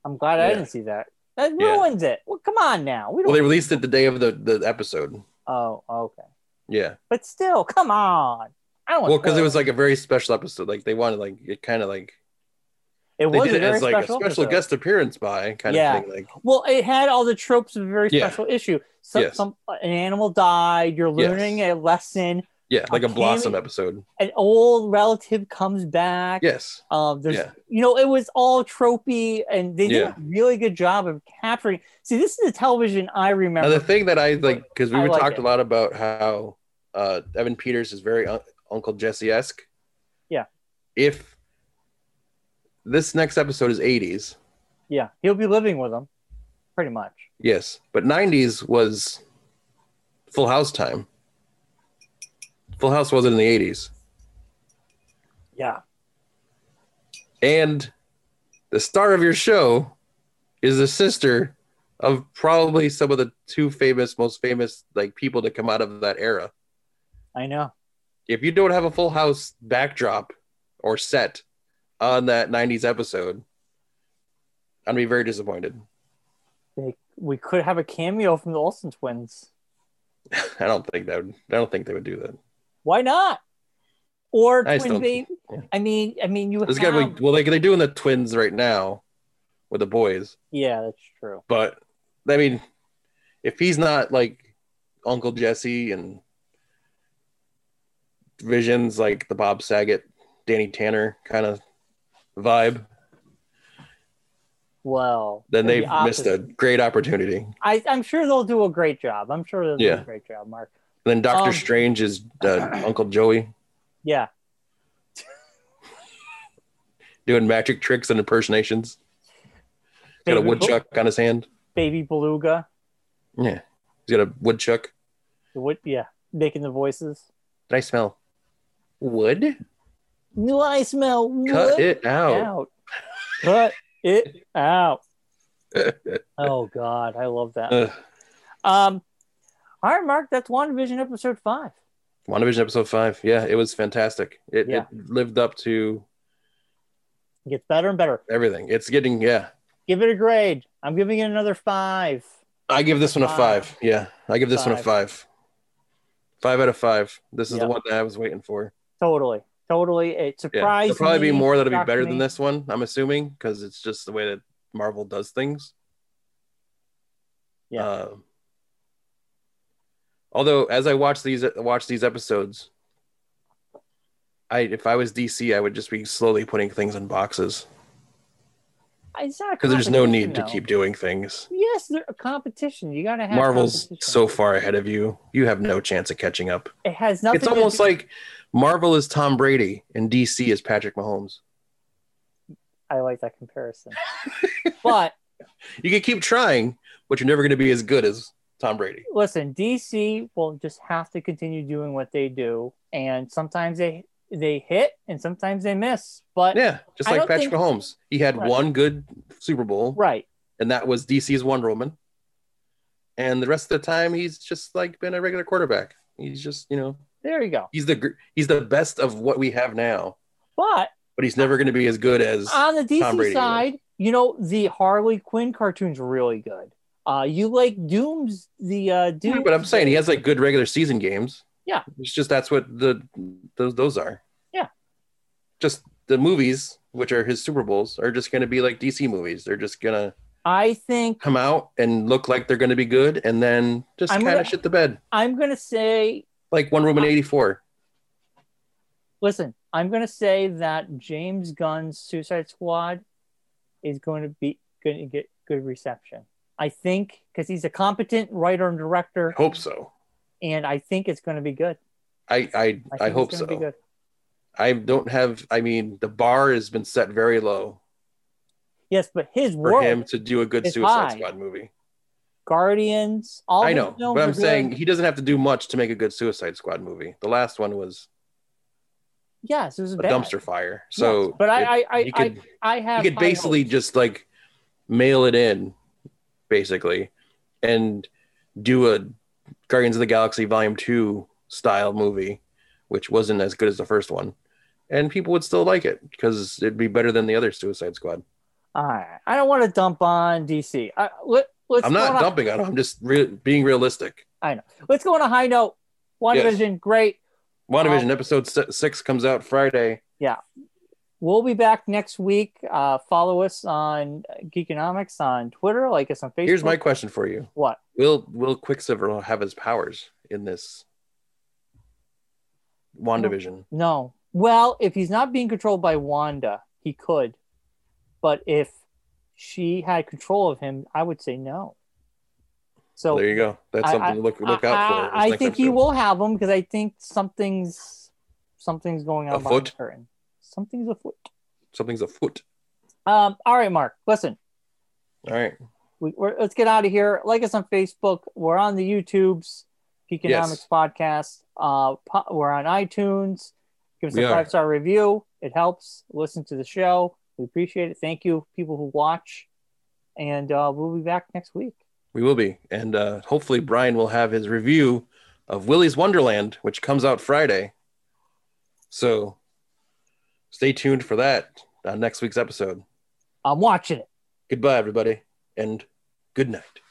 B: I'm glad I
A: Yeah.
B: didn't see that. That
A: Yeah.
B: ruins it. Well, come on now. We don't.
A: Well, they released it the day of the the episode.
B: oh, okay.
A: Yeah.
B: But still, come on. I don't. want
A: Well, because it
B: spoilers.
A: was like a very special episode. Like they wanted like it kind of like
B: it
A: they
B: was
A: did
B: a
A: it
B: very
A: as like a special
B: episode.
A: guest appearance by kind
B: Yeah.
A: of thing. Like
B: Well, it had all the tropes of a very
A: Yeah.
B: special issue. Some,
A: Yes.
B: some an animal died. You're
A: Yes.
B: learning a lesson.
A: yeah, like a
B: cameo-
A: blossom episode.
B: An old relative comes back.
A: Yes.
B: Um, there's,
A: Yeah.
B: you know, it was all tropey, and they did
A: Yeah.
B: a really good job of capturing. See, this is the television I remember.
A: Now the thing that I like because we
B: I
A: were
B: like
A: talked
B: it.
A: a lot about how uh, Evan Peters is very un- Uncle Jesse esque.
B: Yeah.
A: If this next episode is '80s,
B: yeah, he'll be living with them, pretty much.
A: yes, but '90s was Full House time. Full House wasn't in the '80s,
B: Yeah,
A: and the star of your show is the sister of probably some of the two famous, most famous like people to come out of that era.
B: I know.
A: if you don't have a full house backdrop or set on that 90s episode i'd be very disappointed
B: They, we could have a cameo from the Olsen twins.
A: i don't think that would i don't think they would do that
B: Why not? Or
A: I
B: twin
A: still-
B: baby.
A: yeah.
B: I mean, I mean, you
A: there's
B: have.
A: gotta be well like they're doing the twins right now with the boys
B: yeah, that's true.
A: but i mean if he's not like uncle jesse and visions like the bob saget danny tanner kind of vibe
B: Well,
A: then
B: it'd be
A: they've missed a
B: opposite.
A: great opportunity
B: I, I'm sure they'll do a great job. I'm sure they'll do
A: Yeah.
B: a great job, Mark.
A: then Doctor
B: Um,
A: Strange is uh, Uncle Joey
B: Yeah.
A: doing magic tricks and impersonations. He's got a
B: Baby
A: woodchuck
B: Bel-
A: on his hand.
B: baby beluga.
A: Yeah, he's got a woodchuck.
B: The wood, yeah, making the voices.
A: Did I smell? Wood?
B: No, I smell wood
A: Cut it out.
B: out. Cut it out. oh God, I love that.
A: Ugh.
B: Um, all right, Mark, that's WandaVision episode five.
A: WandaVision episode five. Yeah, it was fantastic. It,
B: Yeah.
A: it lived up to
B: It gets better and better.
A: everything. It's getting, yeah.
B: Give it a grade. I'm giving it another five.
A: I give this one a
B: Five.
A: five. Yeah, I give this one a five. Five out of five. This is
B: Yeah.
A: the one that I was waiting for.
B: Totally, totally. It
A: Yeah,
B: surprised.
A: there'll probably be
B: me,
A: more that'll be
B: shocked
A: better
B: me.
A: than this one. I'm assuming because it's just the way that Marvel does things.
B: Yeah.
A: Um, although, as I watch these watch these episodes, I if I was DC, I would just be slowly putting things in boxes
B: It's not a
A: because there's no need to
B: competition,
A: keep
B: though.
A: doing things.
B: Yes, there a competition. You gotta have
A: Marvel's
B: competition.
A: so far ahead of you; you have no chance of catching up.
B: it has nothing.
A: it's
B: to
A: almost
B: do-
A: like Marvel is Tom Brady and DC is Patrick Mahomes.
B: I like that comparison, but
A: You can keep trying, but you're never going to be as good as Tom Brady.
B: listen, DC will just have to continue doing what they do, and sometimes they they hit and sometimes they miss. But
A: Yeah, just
B: I
A: like
B: don't
A: Patrick
B: think-
A: Mahomes. He had
B: Right.
A: one good Super Bowl,
B: right,
A: and that was DC's Wonder Woman. And the rest of the time, he's just like been a regular quarterback. He's just, you know,
B: there you go.
A: he's the gr- he's the best of what we have now,
B: But
A: but he's never going to be as good as
B: on the
A: Tom Brady was.
B: DC side, you know the Harley Quinn cartoon's really good. Uh, you like Doom's the uh, Doom,
A: Yeah, but I'm saying he has like good regular season games.
B: Yeah.
A: It's just that's what the those those are.
B: Yeah.
A: Just the movies, which are his Super Bowls, are just gonna be like DC movies. They're just gonna
B: I think
A: come out and look like they're gonna be good and then just
B: I'm
A: kinda
B: gonna-
A: shit the bed.
B: I'm gonna say
A: Like one Woman eighty four.
B: Listen, I'm going to say that James Gunn's Suicide Squad is going to be going to get good reception. I think because he's a competent writer and director,
A: Hope so.
B: and I think it's going to be good.
A: I I,
B: think
A: I,
B: it's
A: hope
B: gonna
A: so.
B: Be good.
A: I don't have I mean the bar has been set very low
B: Yes, but his
A: for
B: world,
A: him to do a good
B: is
A: Suicide
B: high.
A: Squad movie.
B: Guardians, all
A: I
B: his
A: know,
B: films
A: but
B: are
A: I'm
B: good.
A: saying he doesn't have to do much to make a good Suicide Squad movie. The last one was
B: yes, it was
A: a
B: bad.
A: dumpster fire. So,
B: Yes, but I,
A: it-
B: I, I,
A: he could,
B: I, I have
A: he could
B: high
A: basically
B: hopes.
A: just like mail it in, basically, and do a Guardians of the Galaxy Volume Two style movie, which wasn't as good as the first one, and people would still like it because it'd be better than the other Suicide Squad.
B: All right. I don't want to dump on DC. I, let, let's
A: I'm
B: go on
A: not
B: a-
A: dumping on him. I'm just re- being realistic.
B: Let's go on a high note. One Vision, great.
A: WandaVision
B: Oh.
A: episode si- six comes out Friday.
B: We'll be back next week. Uh, follow us on Geekonomics on Twitter, like us on Facebook.
A: Here's my question for you:
B: what?
A: Will Will Quicksilver have his powers in this WandaVision?
B: No. Well, if he's not being controlled by Wanda, he could. But if she had control of him, I would say no. So
A: there you go. That's
B: I-
A: something to look look
B: I,
A: out for.
B: I- I think he will have him because I think something's something's going on behind
A: Afoot?
B: the curtain. Something's afoot.
A: Something's afoot.
B: Um, all right, Mark. Listen,
A: All right.
B: we, we're, let's get out of here. Like us on Facebook. We're on the YouTubes, Geekonomics
A: Yes.
B: Podcast. Uh, po- we're on iTunes. Give us
A: We
B: a
A: are.
B: five star review. It helps. Listen to the show. We appreciate it. Thank you, people who watch. And uh, we'll be back next week.
A: We will be, and uh, hopefully Brian will have his review of Willy's Wonderland, which comes out Friday. So stay tuned for that on next week's episode.
B: I'm watching it.
A: Goodbye, everybody, and good night.